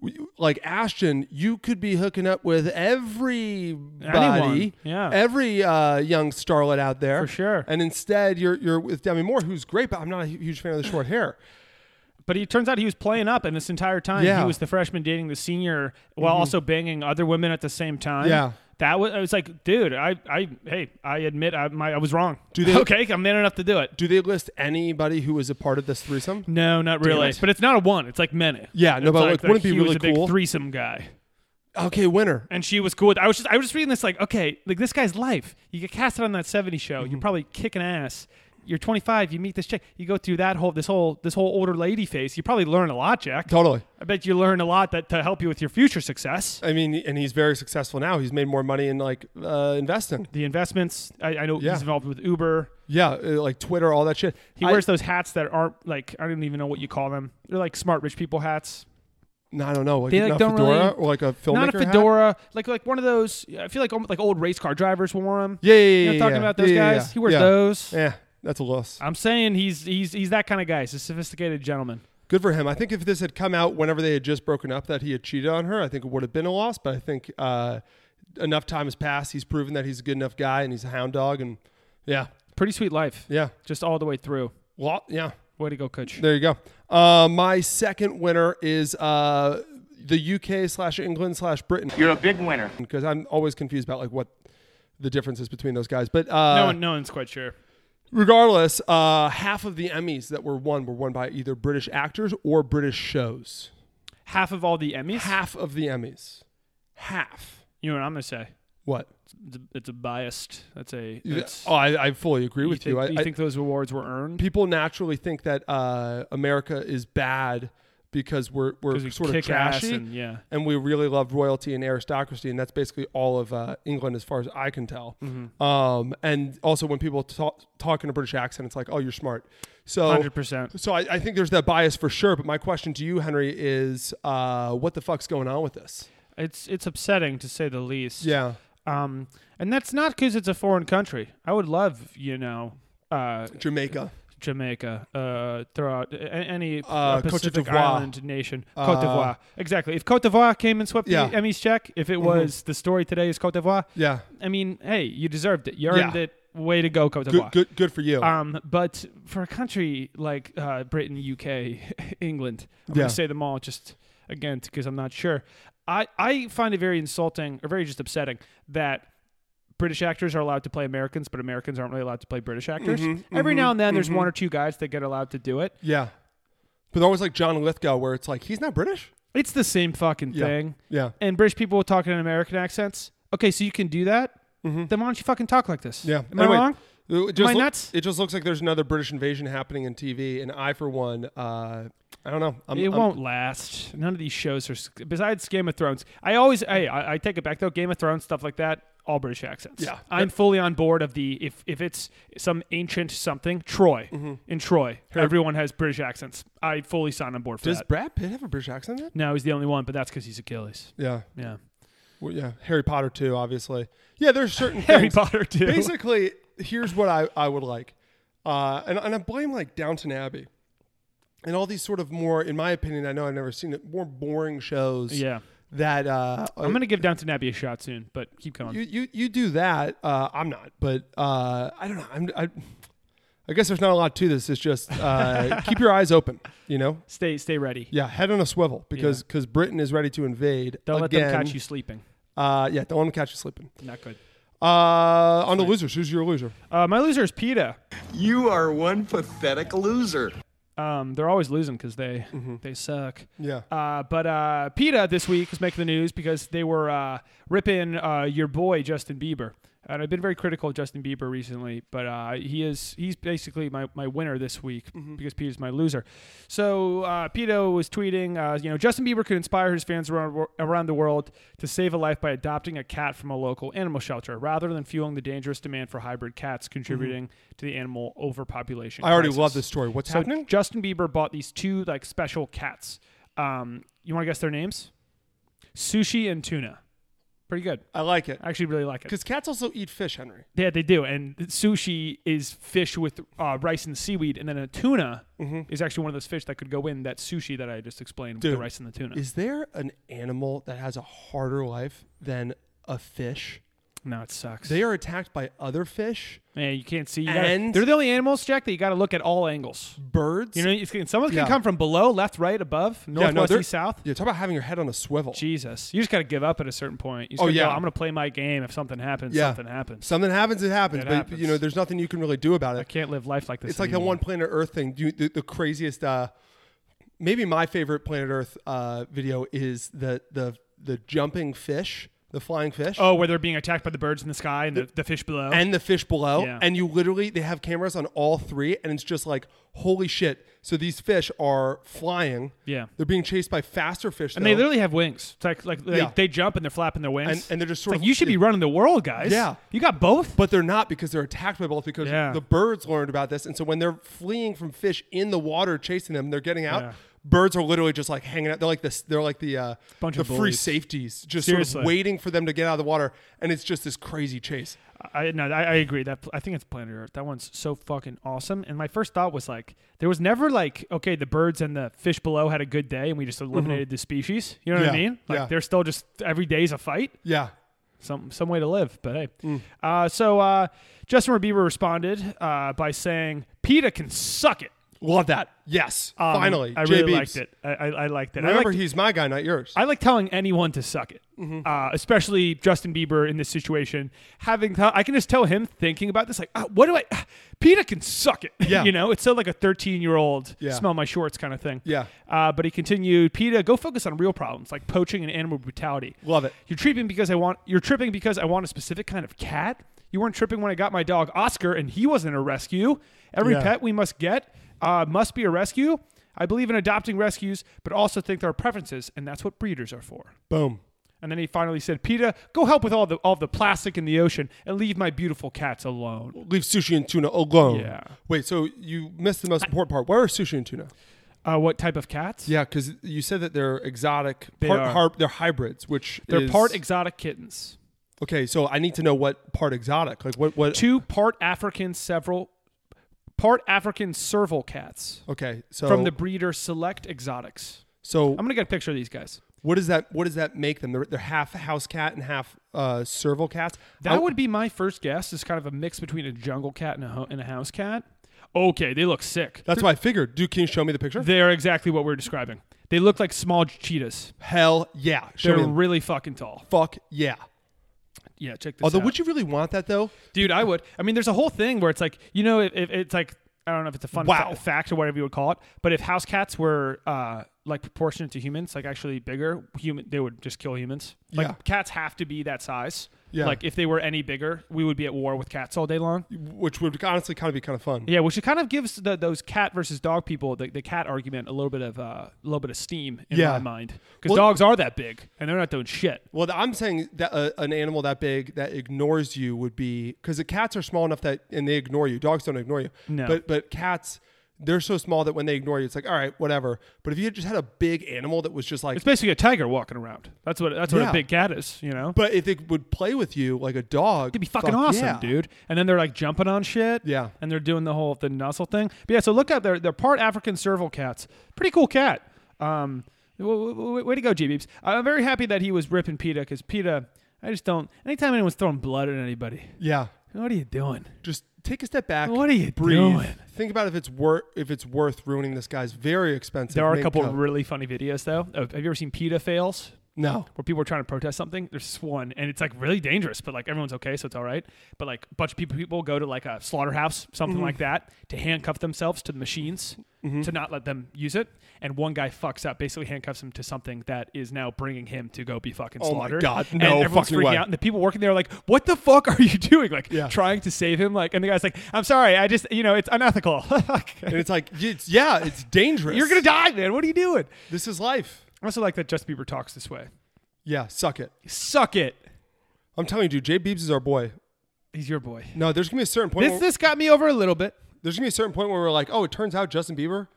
S8: We- Like Ashton, you could be hooking up with everybody,
S7: Anyone, yeah.
S8: every uh, young starlet out there
S7: For sure.
S8: And instead, you're you're with Demi Moore, who's great, but I'm not a hu- huge fan of the short hair.
S7: but he turns out he was playing up, and this entire time
S8: Yeah. Mm-hmm.
S7: he was the freshman dating the senior while also banging other women at the same time.
S8: Yeah.
S7: That was, I was like, dude, I, I, hey, I admit I, my, I was wrong. Do
S8: they-
S7: okay, I'm man enough to do it.
S8: Do they list anybody who was a part of this threesome?
S7: No, not really.
S8: it.
S7: But it's not a one. It's like many.
S8: Yeah, no, but
S7: It's like,
S8: like, wouldn't it
S7: he
S8: be
S7: was
S8: really
S7: a big
S8: cool?
S7: threesome guy,
S8: okay, winner.
S7: and she was cool. With, I was just, I was just reading this like, okay, like this guy's life. You get casted on that '70s show.
S8: Mm-hmm.
S7: You're probably kicking ass. You're 25. You meet this chick. You go through that whole, this whole, this whole older lady phase. You probably learn a lot, Jack.
S8: Totally.
S7: I bet you learn a lot that to help you with your future success.
S8: I mean, and he's very successful now. He's made more money in like uh, investing.
S7: The investments. I, I know
S8: Yeah.
S7: he's involved with Uber.
S8: Yeah, uh, like Twitter, all that shit.
S7: He
S8: I-
S7: wears those hats that aren't like I don't even know what you call them. They're like smart rich people hats.
S8: No, I don't know. Like,
S7: They, like,
S8: not
S7: don't
S8: fedora
S7: really-
S8: or like a filmmaker.
S7: not a
S8: hat?
S7: fedora, like like one of those. I feel like almo- like old race car drivers wore them.
S8: Yeah, yeah, yeah.
S7: You know,
S8: yeah,
S7: talking
S8: yeah.
S7: about those
S8: Yeah, yeah,
S7: guys.
S8: yeah.
S7: He wears
S8: Yeah.
S7: those.
S8: Yeah, that's a loss.
S7: I'm saying he's he's he's that kind of guy. He's a sophisticated gentleman.
S8: Good for him. I think if this had come out whenever they had just broken up that he had cheated on her, I think it would have been a loss. But I think uh, enough time has passed. He's proven that he's a good enough guy and he's a hound dog. And yeah,
S7: Pretty sweet life.
S8: yeah,
S7: Just all the way through.
S8: well, yeah.
S7: Way to go, coach.
S8: There you go. Uh, my second winner is uh, the UK slash England slash Britain. You're a big winner because I'm always confused about like what the difference is between those guys. But uh,
S7: no one, no one's quite sure.
S8: regardless, uh, half of the Emmys that were won were won by either British actors or British shows.
S7: Half of all the Emmys.
S8: Half of the Emmys. Half.
S7: You know what I'm gonna say?
S8: What?
S7: It's a, it's a biased. That's a. that's-
S8: oh, I, I fully agree
S7: you
S8: with
S7: think,
S8: you. I,
S7: you
S8: I-
S7: think those awards were earned?
S8: people naturally think that uh, America is bad because we're we're
S7: 'Cause we
S8: sort of
S7: kick ass
S8: trashy,
S7: and- yeah.
S8: and we really love royalty and aristocracy, and that's basically all of uh, England as far as I can tell.
S7: Mm-hmm.
S8: Um, and also, when people talk, talk in a British accent, it's like, oh, you're smart. So
S7: 100%.
S8: So I, I think there's that bias for sure. But my question to you, Henry, is uh, what the fuck's going on with this?
S7: It's it's upsetting to say the least.
S8: Yeah.
S7: Um, and that's not because it's a foreign country. I would love, you know, uh,
S8: Jamaica.
S7: Jamaica, uh, throughout a- any
S8: Uh,
S7: uh,
S8: Cote
S7: Pacific
S8: d'Ivoire. Uh,
S7: island nation, Cote d'Ivoire. Exactly. If Cote d'Ivoire came and swept
S8: Yeah. Mm-hmm.
S7: the Emmys check, if it was the story today is Cote d'Ivoire,
S8: Yeah.
S7: I mean, hey, you deserved it. You
S8: Yeah.
S7: earned it. Way to go, Cote
S8: Good,
S7: d'Ivoire.
S8: good, good for you.
S7: Um, but for a country like uh, Britain, UK, England, I'm
S8: Yeah.
S7: gonna say them all just again because I'm not sure. I I find it very insulting or very just upsetting that British actors are allowed to play Americans, but Americans aren't really allowed to play British actors.
S8: Mm-hmm,
S7: Every now and then, there's one or two guys that get allowed to do it.
S8: yeah. But they're always like John Lithgow, where it's like he's not British.
S7: It's the same fucking
S8: Yeah.
S7: thing.
S8: Yeah.
S7: And British people talking in American accents. Okay, so you can do that. Then why don't you fucking talk like this?
S8: Mm-hmm. Yeah.
S7: Am I
S8: Anyway,
S7: wrong?
S8: It just
S7: I
S8: loo-
S7: nuts?
S8: It just looks like there's another British invasion happening in TV, and I, for one, uh, I don't know. I'm,
S7: It
S8: I'm-
S7: won't last. None of these shows are. Besides Game of Thrones, I always. Hey, I, I take it back though. Game of Thrones stuff like that, all British accents.
S8: Yeah.
S7: I'm fully on board of the if if it's some ancient something Troy
S8: Mm-hmm.
S7: in Troy, everyone has British accents. I fully sign on board for
S8: Does
S7: that.
S8: Brad Pitt have a British accent? In it?
S7: no, he's the only one, but that's because he's Achilles.
S8: Yeah.
S7: Yeah,
S8: Well, yeah. Harry Potter too, obviously. Yeah. There's certain
S7: Harry
S8: things.
S7: Potter too.
S8: Basically, here's what I, I would like, uh, and and I blame like Downton Abbey, and all these sort of more, in my opinion, I know I've never seen it, more boring shows.
S7: Yeah,
S8: That uh,
S7: I'm gonna give Downton Abbey a shot soon, but keep going.
S8: you you you do that. Uh, I'm not, but uh, I don't know. I'm, I, I guess there's not a lot to this. It's just uh, keep your eyes open. You know,
S7: stay stay ready.
S8: yeah, head on a swivel because because Britain is ready to invade. again.
S7: Don't let them catch you sleeping.
S8: Uh, yeah, don't let them catch you sleeping.
S7: Not good.
S8: Uh, on the losers, who's your loser?
S7: Uh, my loser is PETA.
S5: You are one pathetic loser.
S7: Um, they're always losing because they they suck.
S8: Mm-hmm. Yeah.
S7: Uh, but uh, PETA this week is making the news because they were uh, ripping uh, your boy Justin Bieber. And I've been very critical of Justin Bieber recently, but uh, he is he's basically my, my winner this week
S8: Mm-hmm.
S7: because Peter's my loser. So uh, Pito was tweeting, uh, you know, Justin Bieber could inspire his fans around, around the world to save a life by adopting a cat from a local animal shelter rather than fueling the dangerous demand for hybrid cats, contributing to the animal overpopulation.
S8: Mm-hmm. I already
S7: crisis.
S8: love this story. What's
S7: So
S8: happening?
S7: Justin Bieber bought these two like special cats. Um, you want to guess their names? Sushi and tuna. Pretty good.
S8: I like it
S7: I actually really like it.
S8: because cats also eat fish, Henry.
S7: Yeah, they do. And sushi is fish with uh, rice and seaweed, and then a tuna is actually one of those fish that could go in that sushi that I just explained with
S8: Mm-hmm. Dude,
S7: the rice and the tuna.
S8: Is there an animal that has a harder life than a fish?
S7: no, it sucks.
S8: They are attacked by other fish,
S7: Man, you can't see. You gotta-
S8: And-
S7: they're the only animals, Jack, that you got to look at all angles.
S8: birds.
S7: You know, it's, someone can
S8: Yeah.
S7: come from below, left, right, above, north, west,
S8: they're-
S7: east, south.
S8: Yeah, talk about having your head on a swivel.
S7: Jesus, you just got to give up at a certain point. You just
S8: Oh,
S7: gotta
S8: yeah.
S7: go, I'm gonna play my game. If something happens,
S8: yeah,
S7: something happens.
S8: Something happens. It happens.
S7: It
S8: but
S7: happens.
S8: you know, there's nothing you can really do about
S7: I
S8: it.
S7: can't live life like this.
S8: It's like that
S7: anymore.
S8: one Planet Earth thing. Do you, the, the craziest. Uh, maybe my favorite Planet Earth uh, video is the the the jumping fish, the flying fish.
S7: Oh, where they're being attacked by the birds in the sky and the, the fish below.
S8: and the fish below
S7: Yeah.
S8: and you literally they have cameras on all three and it's just like holy shit so these fish are flying
S7: Yeah.
S8: they're being chased by faster fish
S7: And they
S8: though.
S7: literally have wings. It's like like they,
S8: Yeah.
S7: they jump and they're flapping their wings.
S8: And- and they're just
S7: It's
S8: sort
S7: like,
S8: of-
S7: you should be running the world, guys.
S8: Yeah.
S7: you got both.
S8: but they're not because they're attacked by both because
S7: Yeah.
S8: the birds learned about this and so when they're fleeing from fish in the water chasing them they're getting out
S7: Yeah.
S8: birds are literally just like hanging out they're like this they're like the uh
S7: Bunch
S8: the
S7: of
S8: free
S7: bullies.
S8: safeties just sort
S7: Seriously.
S8: of waiting for them to get out of the water and it's just this crazy chase
S7: I no, I, I agree. That I think it's Planet Earth. That one's so fucking awesome. And my first thought was like, there was never like, okay, the birds and the fish below had a good day, and we just eliminated the species. You know what I
S8: Mm-hmm. Yeah,
S7: mean? Like
S8: yeah.
S7: they're still just every day's a fight.
S8: yeah
S7: some some way to live. But hey,
S8: Mm.
S7: uh, so uh, Justin Bieber responded uh, by saying, "Peta can suck it."
S8: love that yes
S7: Um,
S8: finally
S7: I
S8: Jay
S7: really
S8: Beebs.
S7: liked it. I, I, I liked it. I
S8: remember
S7: liked-
S8: he's my guy not yours
S7: I like telling anyone to suck it,
S8: Mm-hmm.
S7: uh, especially Justin Bieber in this situation. Having, th- I can just tell him thinking about this, like, ah, what do I? ah, Peta can suck it.
S8: Yeah.
S7: you know, it's so like a thirteen-year-old
S8: Yeah.
S7: smell my shorts kind of thing.
S8: Yeah.
S7: Uh, but he continued, Peta, go focus on real problems like poaching and animal brutality.
S8: Love it.
S7: You're tripping because I want. You're tripping because I want a specific kind of cat. You weren't tripping when I got my dog Oscar, and he wasn't a rescue. Every
S8: Yeah.
S7: pet we must get uh, must be a rescue. I believe in adopting rescues, but also think there are preferences, and that's what breeders are for.
S8: boom
S7: And then he finally said, "Peta, go help with all the all the plastic in the ocean and leave my beautiful cats alone."
S8: leave sushi and tuna alone.
S7: Yeah.
S8: Wait, so you missed the most important part. Where are sushi and tuna?
S7: Uh, what type of cats?
S8: Yeah, because you said that they're exotic.
S7: They
S8: part,
S7: are.
S8: har- they're hybrids, which
S7: they're
S8: is-
S7: part exotic kittens.
S8: okay, so I need to know what part exotic. Like what? What?
S7: Two part African, several part African serval cats
S8: okay, so
S7: from the breeder Select Exotics.
S8: so
S7: I'm gonna get a picture of these guys.
S8: what does that? What does that make them? They're, they're half house cat and half uh, serval cats.
S7: That
S8: I-
S7: would be my first guess. Is kind of a mix between a jungle cat and a ho- and a house cat. Okay, they look sick.
S8: That's what I figured. Dude, can you show me the picture?
S7: They're exactly what we're describing. They look like small cheetahs.
S8: Hell yeah! Show
S7: They're
S8: me. them.
S7: really fucking tall.
S8: Fuck yeah!
S7: Yeah, check this
S8: Although,
S7: out.
S8: would you really want that though?
S7: Dude, I would. I mean, there's a whole thing where it's like, you know, if, if it's like, I don't know if it's a fun
S8: Wow.
S7: fa- fact or whatever you would call it, but if house cats were uh, like proportionate to humans, like actually bigger, human, they would just kill humans. Like
S8: Yeah.
S7: cats have to be that size.
S8: Yeah.
S7: Like if they were any bigger, we would be at war with cats all day long.
S8: Which would honestly kind of be kind of fun.
S7: Yeah, which it kind of gives the, those cat versus dog people the, the cat argument a little bit of uh, a little bit of steam in
S8: Yeah.
S7: my mind because
S8: Well-
S7: dogs are that big and they're not doing shit.
S8: Well, I'm saying that uh, an animal that big that ignores you would be because the cats are small enough that and they ignore you. Dogs don't ignore you.
S7: No.
S8: But but cats, they're so small that when they ignore you, it's like all right, whatever. But if you just had a big animal that was just like,
S7: It's basically a tiger walking around. That's what that's what
S8: Yeah.
S7: a big cat is, you know.
S8: but if it would play with you like a dog,
S7: It'd be fucking
S8: fuck
S7: awesome,
S8: yeah.
S7: dude. And then they're like jumping on shit.
S8: Yeah.
S7: And they're doing the whole the nuzzle thing. But yeah, so look up they're they're part African serval cats. Pretty cool cat. Um, w- w- w- way to go, G Beeps. I'm very happy that he was ripping Peta because Peta, I just don't. Anytime anyone's throwing blood at anybody,
S8: Yeah.
S7: what are you doing?
S8: Just take a step back.
S7: What are you
S8: breathe.
S7: doing?
S8: Think about if it's worth if it's worth ruining this guy's very expensive.
S7: There are a
S8: mink
S7: couple
S8: coat.
S7: of really funny videos though. Of- Have you ever seen Peta fails?
S8: No.
S7: where people are trying to protest something. There's this one, and it's like really dangerous, but like everyone's okay, so it's all right. But like a bunch of people, people go to like a slaughterhouse, something
S8: Mm-hmm.
S7: like that, to handcuff themselves to the machines to not let them use it. And one guy fucks up, basically handcuffs him to something that is now bringing him to go be fucking
S8: Oh my
S7: slaughtered.
S8: God,
S7: and
S8: no
S7: everyone's
S8: fucking
S7: freaking
S8: way.
S7: out, and the people working there are like, "What the fuck are you doing?" Like
S8: Yeah.
S7: trying to save him. Like, and the guy's like, "I'm sorry, I just you know it's unethical.
S8: And it's like, it's, yeah, it's dangerous.
S7: You're gonna die, man. What are you doing?"
S8: This is life.
S7: I also like that Justin Bieber talks this way.
S8: Yeah, suck it.
S7: Suck it.
S8: I'm telling you, dude, Jay Beebs is our boy.
S7: He's your boy.
S8: No, there's gonna be a certain point.
S7: This
S8: where,
S7: this got me over a little bit.
S8: there's gonna be a certain point where we're like, oh, it turns out Justin Bieber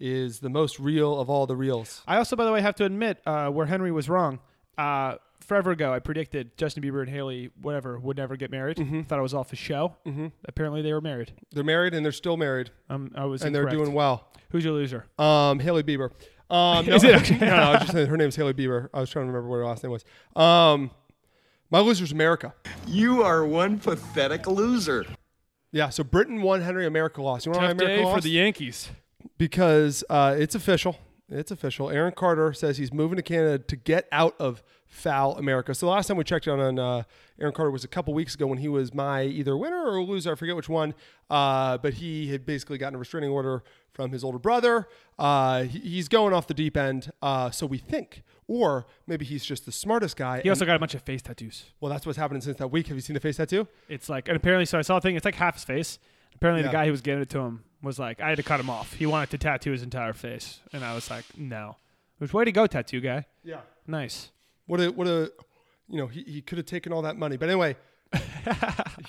S8: is the most real of all the reals.
S7: I also, by the way, have to admit uh, where Henry was wrong. Uh, forever ago, I predicted Justin Bieber and Haley, whatever, would never get married. Thought I was off the show. Mm-hmm. Apparently, they were married.
S8: They're married and they're still married,
S7: Um, I was.
S8: and they're
S7: incorrect.
S8: doing well.
S7: Who's your loser?
S8: Um, Haley Bieber. Um, no,
S7: Is it? Okay.
S8: no, no, I was just saying her name's Haley Bieber. I was trying to remember what her last name was. Um, my loser's America.
S5: You are one pathetic loser.
S8: Yeah, so Britain won, Henry America lost. You want to
S7: Tough
S8: America
S7: day
S8: lost?
S7: for the Yankees.
S8: because uh, it's official. It's official. Aaron Carter says he's moving to Canada to get out of foul America. So the last time we checked in on uh, Aaron Carter was a couple weeks ago when he was my either winner or loser. I forget which one. Uh, but he had basically gotten a restraining order from his older brother. Uh, he- he's going off the deep end. Uh, so we think. Or maybe he's just the smartest guy.
S7: He
S8: and-
S7: also got a bunch of face tattoos.
S8: well, that's what's happening since that week. Have you seen the face tattoo?
S7: It's like, and apparently, so I saw a thing. It's like half his face. Apparently,
S8: Yeah.
S7: the guy who was giving it to him was like, I had to cut him off. He wanted to tattoo his entire face, and I was like, no. Which way to go, tattoo guy?
S8: Yeah.
S7: Nice.
S8: What a what a you know, he, he could have taken all that money. But anyway,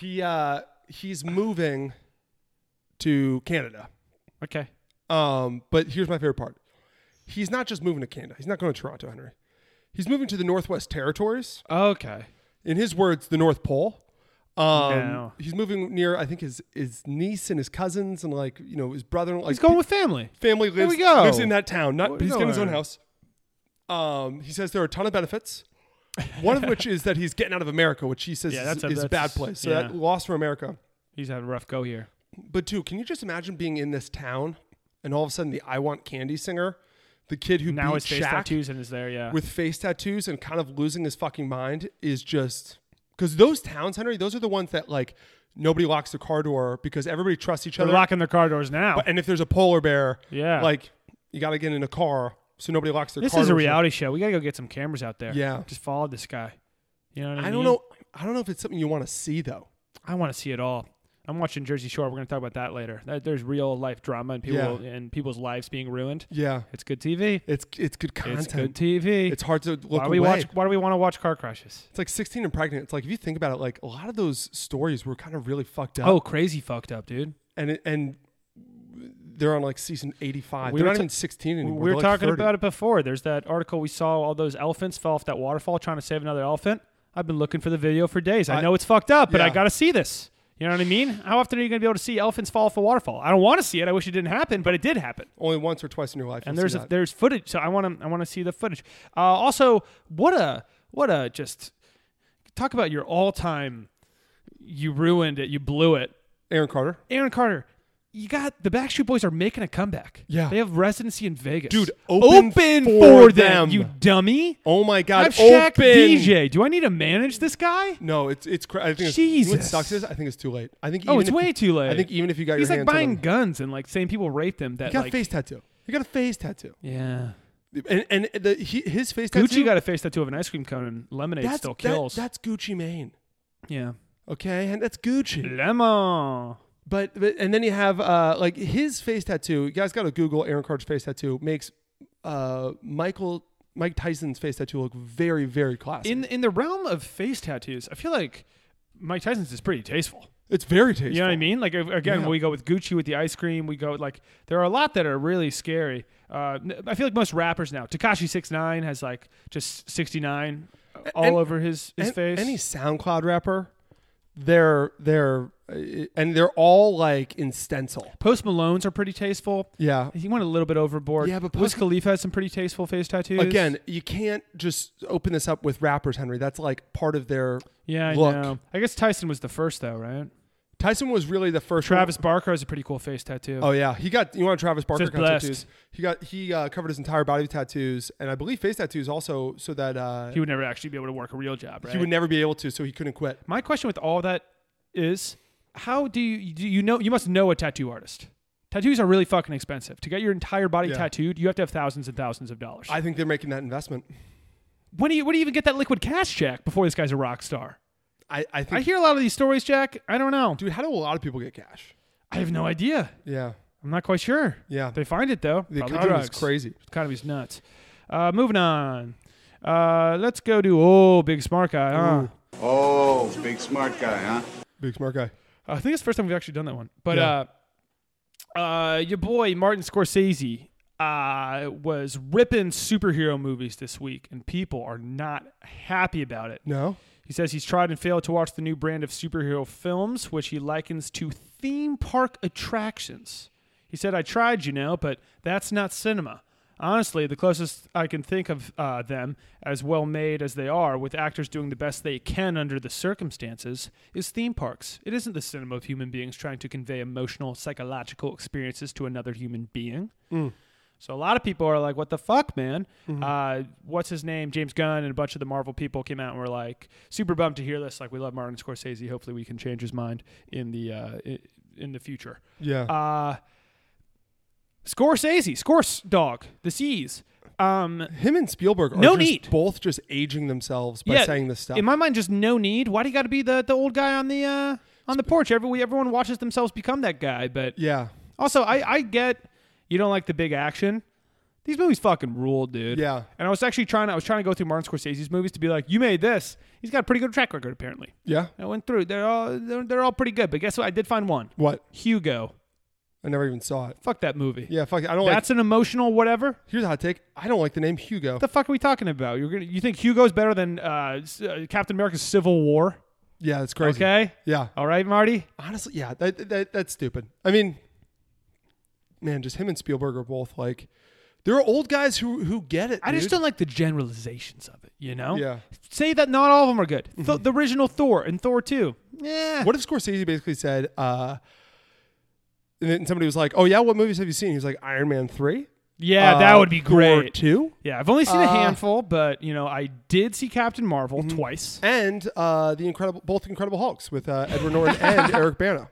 S8: he uh he's moving to Canada.
S7: Okay.
S8: Um, but here's my favorite part. He's not just moving to Canada. He's not going to Toronto, Henry. He's moving to the Northwest Territories.
S7: Okay.
S8: In his words, the North Pole. Um,
S7: No.
S8: he's moving near I think his his niece and his cousins and like, you know, his brother like
S7: He's going with family.
S8: family
S7: There
S8: lives,
S7: we go.
S8: lives in that town. Not
S7: What are we
S8: he's got his own
S7: doing?
S8: house. Um, he says there are a ton of benefits. One of which is that he's getting out of America, which he says
S7: Yeah,
S8: is,
S7: that's a-
S8: is a bad
S7: that's-
S8: place. So that
S7: yeah.
S8: loss for America.
S7: He's had a rough go here.
S8: But two, can you just imagine being in this town and all of a sudden the I Want Candy singer, the kid who
S7: Now
S8: beat
S7: his face
S8: Shaq
S7: tattoos and is there, yeah.
S8: with face tattoos and kind of losing his fucking mind is just because those towns, Henry, those are the ones that like nobody locks the car door because everybody trusts each
S7: They're
S8: other.
S7: locking their car doors now.
S8: and if there's a polar bear,
S7: Yeah.
S8: like you got to get in a car so nobody locks their
S7: this
S8: car.
S7: is a
S8: doors.
S7: reality show. We gotta go get some cameras out there.
S8: Yeah.
S7: just follow this guy. You know what I,
S8: I
S7: mean?
S8: don't know. I don't know if it's something you want to see though.
S7: I want to see it all. I'm watching Jersey Shore. We're gonna talk about that later. That, there's real life drama and people
S8: Yeah.
S7: and people's lives being ruined.
S8: Yeah,
S7: It's good TV.
S8: it's it's good content.
S7: It's good TV.
S8: It's hard to look
S7: why do
S8: away.
S7: we watch? Why do we want to watch car crashes?
S8: it's like 16 and pregnant. It's like if you think about it, like a lot of those stories were kind of really fucked up.
S7: Oh, crazy fucked up, dude.
S8: and it, and they're on like season 85.
S7: We
S8: they're
S7: were
S8: not
S7: ta-
S8: even 16
S7: We
S8: anymore.
S7: were
S8: They're, like,
S7: talking
S8: 30.
S7: about it before. There's that article we saw. All those elephants fell off that waterfall trying to save another elephant. I've been looking for the video for days. I,
S8: I-
S7: know it's fucked up, but I
S8: Yeah.
S7: gotta see this. You know what I mean? How often are you gonna be able to see elephants fall off a waterfall? I don't want to see it. I wish it didn't happen, but it did happen.
S8: only once or twice in your life.
S7: And
S8: you'll
S7: there's
S8: see
S7: a,
S8: that.
S7: there's footage, so I want to I want to see the footage. Uh, also, what a what a just talk about your all time. You ruined it. You blew it.
S8: Aaron Carter,
S7: Aaron Carter, you got the Backstreet Boys are making a comeback.
S8: Yeah.
S7: they have residency in Vegas,
S8: Dude, open for them.
S7: you dummy.
S8: Oh my God,
S7: have Shaq
S8: open.
S7: DJ. Do I need to manage this guy? Oh,
S8: No, it's it's. Cra- I think it's, you know what
S7: Jesus.
S8: sucks is I think it's too late. I think
S7: Oh,
S8: even
S7: it's
S8: if
S7: way
S8: you-
S7: too late.
S8: I think even if you got
S7: He's
S8: your
S7: like
S8: hands on
S7: buying
S8: them-
S7: guns and like saying people rape them. That
S8: you got
S7: like,
S8: a face tattoo. You got a face tattoo.
S7: yeah.
S8: And and the, he, his face
S7: Gucci
S8: tattoo.
S7: got a face tattoo of an ice cream cone and lemonade
S8: that's,
S7: still
S8: that-
S7: kills.
S8: that's Gucci Mane.
S7: yeah.
S8: Okay, and that's Gucci.
S7: Lemon.
S8: But, but and then you have uh like his face tattoo. You guys got to Google Aaron Carter's face tattoo. Makes uh Michael Mike Tyson's face tattoo look very very classy.
S7: In in the realm of face tattoos, I feel like Mike Tyson's is pretty tasteful.
S8: it's very tasteful.
S7: You know what I mean? Like if- again,
S8: Yeah.
S7: we go with Gucci with the ice cream. We go with, like there are a lot that are really scary. Uh, n- I feel like most rappers now, Takashi Six Nine has like just sixty nine all
S8: And-
S7: over his his
S8: An-
S7: face.
S8: Any SoundCloud rapper, they're they're uh, and they're all like in stencil.
S7: Post Malones are pretty tasteful.
S8: Yeah.
S7: He went a little bit overboard.
S8: Yeah, but
S7: Wiz
S8: Post-
S7: Khalifa has some pretty tasteful face tattoos.
S8: Again, you can't just open this up with rappers, Henry. That's like part of their
S7: yeah, I
S8: look.
S7: know. I guess Tyson was the first though, right?
S8: Tyson was really the first. one-
S7: Travis Barker has a pretty cool face tattoo.
S8: Oh yeah, he got. You want Travis Barker
S7: Says
S8: got
S7: blessed.
S8: tattoos? He got. He uh, covered his entire body with tattoos, and I believe face tattoos also, so that uh,
S7: He would never actually be able to work a real job, right?
S8: he would never be able to, so he couldn't quit.
S7: My question with all that is, how do you do you know? You must know a tattoo artist. Tattoos are really fucking expensive. To get your entire body
S8: Yeah.
S7: tattooed, you have to have thousands and thousands of dollars.
S8: I think they're making that investment.
S7: when do you when do you even get that liquid cash, Jack? Before this guy's a rock star.
S8: I, I
S7: I
S8: think.
S7: hear a lot of these stories, Jack. I don't know.
S8: dude, how do a lot of people get cash?
S7: I have no idea.
S8: Yeah,
S7: I'm not quite sure.
S8: yeah.
S7: They find it though.
S8: the
S7: Probably
S8: economy's
S7: drugs.
S8: crazy.
S7: Economy's nuts. Uh, moving on. Uh, let's go to oh, big smart guy. Huh?
S1: Oh, big smart guy, huh?
S8: Big smart guy.
S7: I think it's the first time we've actually done that one. But
S8: Yeah.
S7: uh, uh, your boy Martin Scorsese uh, was ripping superhero movies this week, and people are not happy about it.
S8: No.
S7: He says he's tried and failed to watch the new brand of superhero films, which he likens to theme park attractions. He said, I tried, you know, but that's not cinema. Honestly, the closest I can think of uh, them, as well made as they are, with actors doing the best they can under the circumstances, is theme parks. It isn't the cinema of human beings trying to convey emotional, psychological experiences to another human being. So a lot of people are like, "What the fuck, man?"
S8: Mm-hmm.
S7: Uh, what's his name? James Gunn and a bunch of the Marvel people came out and were like, "Super bummed to hear this. Like, we love Martin Scorsese. Hopefully, we can change his mind in the uh, i- in the future."
S8: Yeah.
S7: Uh, Scorsese, Scorse dog, the C's. Um,
S8: Him and Spielberg are
S7: No
S8: just
S7: need.
S8: both just aging themselves by
S7: yeah,
S8: saying this stuff.
S7: In my mind, just no need. Why do you got to be the the old guy on the uh, on the porch? Every everyone watches themselves become that guy, but
S8: yeah.
S7: Also, I, I get you don't like the big action. These movies fucking rule, dude.
S8: Yeah.
S7: And I was actually trying. I was trying to go through Martin Scorsese's movies to be like, you made this. He's got a pretty good track record, apparently.
S8: Yeah.
S7: I went through. They're all they're, they're all pretty good. But guess what? I did find one.
S8: What?
S7: Hugo.
S8: I never even saw it.
S7: Fuck that movie.
S8: Yeah, fuck. it. I don't
S7: That's
S8: like.
S7: an emotional whatever. What
S8: Here's a hot take. I don't like the name Hugo.
S7: the fuck are we talking about? You're gonna you think Hugo's better than uh, S- uh, Captain America's Civil War?
S8: yeah, that's crazy.
S7: Okay.
S8: Yeah.
S7: All right, Marty.
S8: Honestly, yeah, that, that that's stupid. I mean, man, just him and Spielberg are both like, they're old guys who who get it.
S7: I just
S8: dude.
S7: don't like the generalizations of it. You know.
S8: Yeah.
S7: Say that not all of them are good. Th- the original Thor and Thor two. Yeah.
S8: What if Scorsese basically said, uh, and then somebody was like, "Oh yeah, what movies have you seen?" He's like, "Iron Man three,
S7: Yeah, that
S8: uh,
S7: would be
S8: Thor
S7: great.
S8: two,
S7: Yeah, I've only seen a handful, but you know, I did see Captain Marvel
S8: Mm-hmm.
S7: twice.
S8: and uh, the incredible, both Incredible Hulks with uh, Edward Norton and Eric Bana."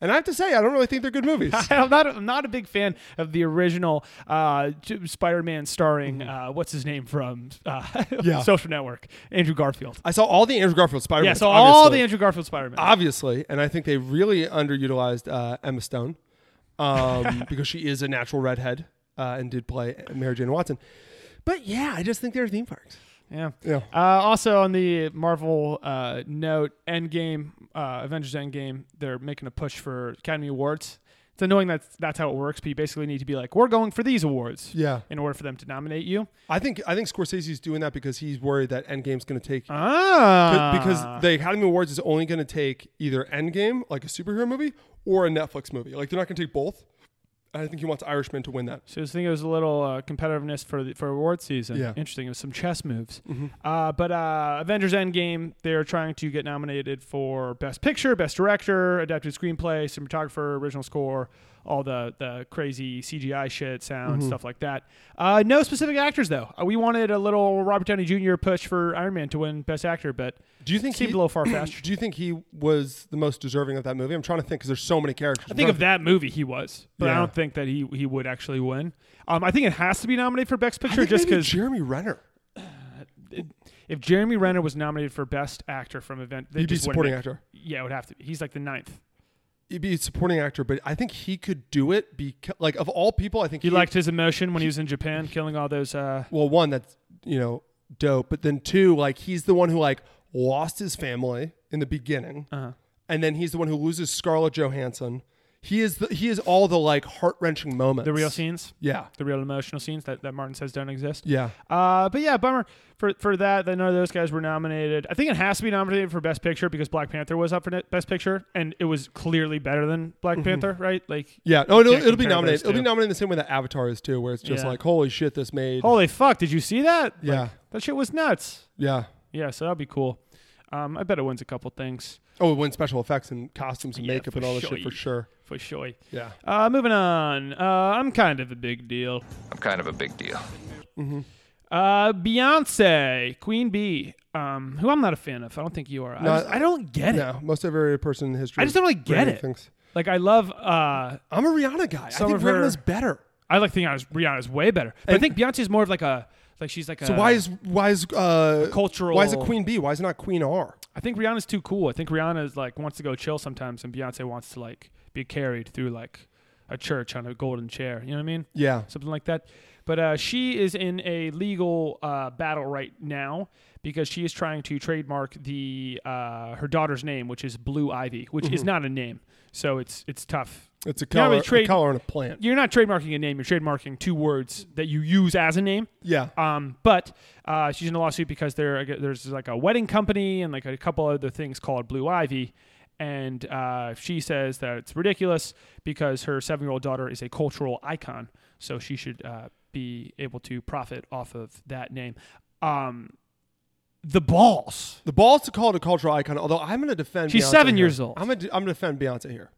S8: And I have to say, I don't really think they're good movies.
S7: I'm not, I'm not a big fan of the original uh, J- Spider-Man starring uh, what's his name from uh,
S8: Mm-hmm. Yeah.
S7: Social Network, Andrew Garfield.
S8: I saw all the Andrew Garfield Spider-Man.
S7: Yeah, so all the
S8: obviously.
S7: Andrew Garfield Spider-Man.
S8: obviously, and I think they really underutilized uh, Emma Stone um, because she is a natural redhead uh, and did play Mary Jane Watson. But yeah, I just think they're theme parks.
S7: yeah.
S8: Yeah.
S7: Uh, also on the Marvel uh, note, Endgame, uh, Avengers Endgame, they're making a push for Academy Awards. It's annoying that that's how it works, but you basically need to be like, we're going for these awards
S8: Yeah,
S7: in order for them to nominate you.
S8: I think I think Scorsese's doing that because he's worried that Endgame's going to take
S7: Ah,
S8: because the Academy Awards is only going to take either Endgame, like a superhero movie, or a Netflix movie. Like they're not going to take both. And I think he wants Irishman to win that.
S7: so I was thinking it was a little uh, competitiveness for the, for award season.
S8: Yeah. Mm-hmm.
S7: interesting. It was some chess moves. Uh, but uh, Avengers Endgame, they're trying to get nominated for Best Picture, Best Director, Adapted Screenplay, Cinematographer, Original Score, all the the crazy CGI shit, sound
S8: Mm-hmm.
S7: stuff like that. Uh, no specific actors though. Uh, we wanted a little Robert Downey Jr. push for Iron Man to win Best Actor, but
S8: Do you think
S7: seemed
S8: he-
S7: a little far fetched.
S8: Do you think he was the most deserving of that movie? I'm trying to think because there's so many characters.
S7: I think of that movie he was, but I
S8: Yeah.
S7: don't think that he he would actually win. Um, I think it has to be nominated for Best
S8: I
S7: Picture
S8: think
S7: just
S8: maybe
S7: because
S8: Jeremy Renner.
S7: if Jeremy Renner was nominated for Best Actor from Event, they
S8: He'd be
S7: just wouldn't
S8: supporting
S7: make-
S8: actor.
S7: Yeah, it would have to. be. He's like the ninth.
S8: He'd be a supporting actor, but I think he could do it because, like, of all people, I think
S7: You liked his emotion when he was in Japan, killing all those. Uh,
S8: Well, one that's you know dope, but then two, like, he's the one who like lost his family in the beginning,
S7: Uh-huh.
S8: and then he's the one who loses Scarlett Johansson. He is the, he is all the like heart wrenching moments.
S7: the real scenes,
S8: Yeah.
S7: the real emotional scenes that, that Martin says don't exist.
S8: Yeah.
S7: Uh, but yeah, bummer for for that. That none of those guys were nominated. I think it has to be nominated for Best Picture because Black Panther was up for net- Best Picture, and it was clearly better than Black Panther, right? Like,
S8: Mm-hmm. Yeah. No, it'll,
S7: Can't
S8: it'll be
S7: compare those
S8: nominated. It'll be
S7: two.
S8: nominated the same way that Avatar is too, where it's just
S7: Yeah.
S8: like, holy shit, this made.
S7: holy fuck, did you see that?
S8: Yeah.
S7: Like, that shit was nuts.
S8: Yeah.
S7: Yeah, so that'd be cool. Um, I bet it wins a couple things.
S8: Oh, it went special effects and costumes and
S7: Yeah,
S8: makeup
S7: for
S8: and all this
S7: sure.
S8: shit for sure.
S7: for sure.
S8: Yeah.
S7: Uh, moving on. Uh, I'm kind of a big deal.
S9: I'm kind of a big deal.
S8: Mm-hmm.
S7: Uh, Beyonce, Queen Bee, um, who I'm not a fan of. I don't think you are. I,
S8: No,
S7: just- I don't get it.
S8: No, most every person in history.
S7: I just don't really get
S8: really
S7: it.
S8: thinks-
S7: Like I love. Uh,
S8: I'm a Rihanna guy.
S7: Some
S8: I think
S7: of her-
S8: Rihanna's better.
S7: I like think Rihanna's, Rihanna's way better. But I think Beyonce's more of like a like she's like
S8: So
S7: a.
S8: why is why is uh,
S7: cultural-
S8: Why is it Queen B? Why is it not Queen R?
S7: I think Rihanna's too cool. I think Rihanna is like wants to go chill sometimes, and Beyonce wants to like be carried through like a church on a golden chair. You know what I mean?
S8: Yeah.
S7: something like that. But uh, she is in a legal uh, battle right now because she is trying to trademark the uh, her daughter's name, which is Blue Ivy, which is not a name. So it's it's tough.
S8: It's a
S7: You're not
S8: color,
S7: really trade-
S8: a color on a plant.
S7: You're not trademarking a name. You're trademarking two words that you use as a name.
S8: Yeah.
S7: Um, but uh, she's in a lawsuit because there uh, there's like a wedding company and like a couple other things called Blue Ivy, and uh, she says that it's ridiculous because her seven year old daughter is a cultural icon, so she should uh, be able to profit off of that name. Um, the balls.
S8: The ball's to call it a cultural icon, although I'm going to defend
S7: She's
S8: Beyonce
S7: seven
S8: here.
S7: years old.
S8: I'm going to I'm gonna defend Beyonce here.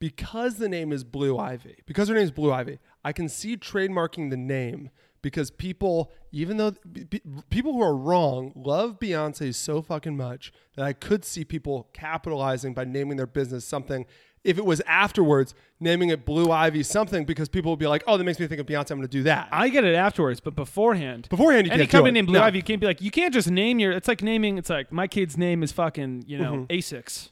S8: Because the name is Blue Ivy, because her name is Blue Ivy, I can see trademarking the name because people, even though b- b- people who are wrong love Beyonce so fucking much that I could see people capitalizing by naming their business something. If it was afterwards, naming it Blue Ivy something because people would be like, oh, that makes me think of Beyonce, I'm going to do that.
S7: I get it afterwards, but beforehand,
S8: Beforehand, you
S7: any
S8: can't do
S7: company
S8: it.
S7: named Blue
S8: No.
S7: Ivy you can't be like, you can't just name your. It's like naming. It's like my kid's name is fucking you know
S8: Mm-hmm.
S7: Asics.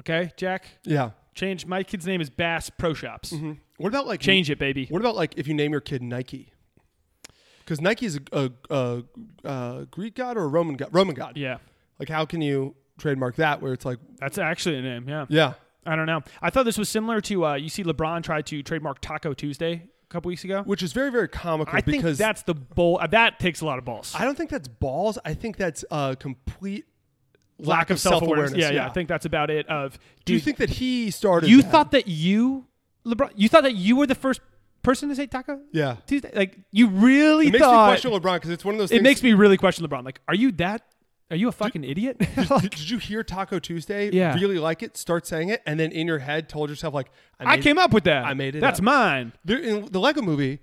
S7: Okay, Jack,
S8: yeah.
S7: change my kid's name is Bass Pro Shops.
S8: What about like
S7: Change it, baby.
S8: What about like if you name your kid Nike? Because Nike is a, a, a, a Greek god or a Roman god. Roman god.
S7: Yeah,
S8: Like how can you trademark that where it's like
S7: that's actually a name. Yeah.
S8: yeah
S7: I don't know. I thought this was similar to uh, you see LeBron tried to trademark Taco Tuesday a couple weeks ago.
S8: which is very very comical
S7: I think
S8: because
S7: that's the bull. Uh, that takes a lot of balls.
S8: I don't think that's balls. I think that's a complete lack, of
S7: self-awareness.
S8: self-awareness.
S7: Yeah, yeah, I think that's about it. Of
S8: Do you think that he started
S7: you
S8: that?
S7: thought that you LeBron? You thought that you were the first person to say Taco?
S8: Yeah.
S7: Tuesday. Like you really
S8: It makes
S7: thought.
S8: me question LeBron because it's one of those
S7: it
S8: things
S7: makes me really question LeBron. Like, are you that? Are you a fucking idiot?
S8: did, did you hear Taco Tuesday?
S7: Yeah.
S8: Really like it? Start saying it, and then in your head told yourself like,
S7: I
S8: made-
S7: came up with that.
S8: I made it
S7: That's
S8: up.
S7: mine.
S8: There, in the Lego Movie,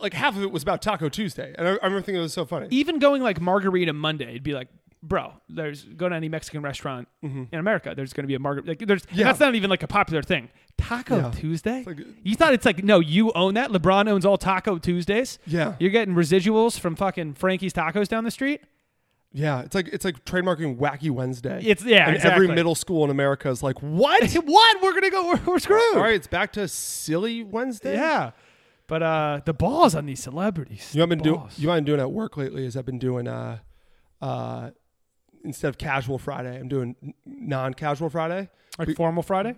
S8: like half of it was about Taco Tuesday, and I, I remember thinking it was so funny.
S7: Even going like Margarita Monday, it'd be like, bro, there's go to any Mexican restaurant in America. There's going to be a margarita. Like, there's and
S8: Yeah.
S7: that's not even like a popular thing. Taco Tuesday.
S8: like-
S7: you thought it's like no, you own that. LeBron owns all Taco Tuesdays.
S8: Yeah.
S7: You're getting residuals from fucking Frankie's Tacos down the street.
S8: Yeah, it's like it's like trademarking Wacky Wednesday.
S7: It's- yeah,
S8: and
S7: exactly.
S8: every middle school in America is like, what?
S7: what? We're gonna go. We're, we're screwed.
S8: All right, it's back to silly Wednesday.
S7: Yeah. But uh, the balls on these celebrities.
S8: you know what I've been doing.
S7: Balls.
S8: You know what I'm doing at work lately is I've been doing uh, uh, instead of casual Friday, I'm doing n- non-casual Friday.
S7: like formal Friday.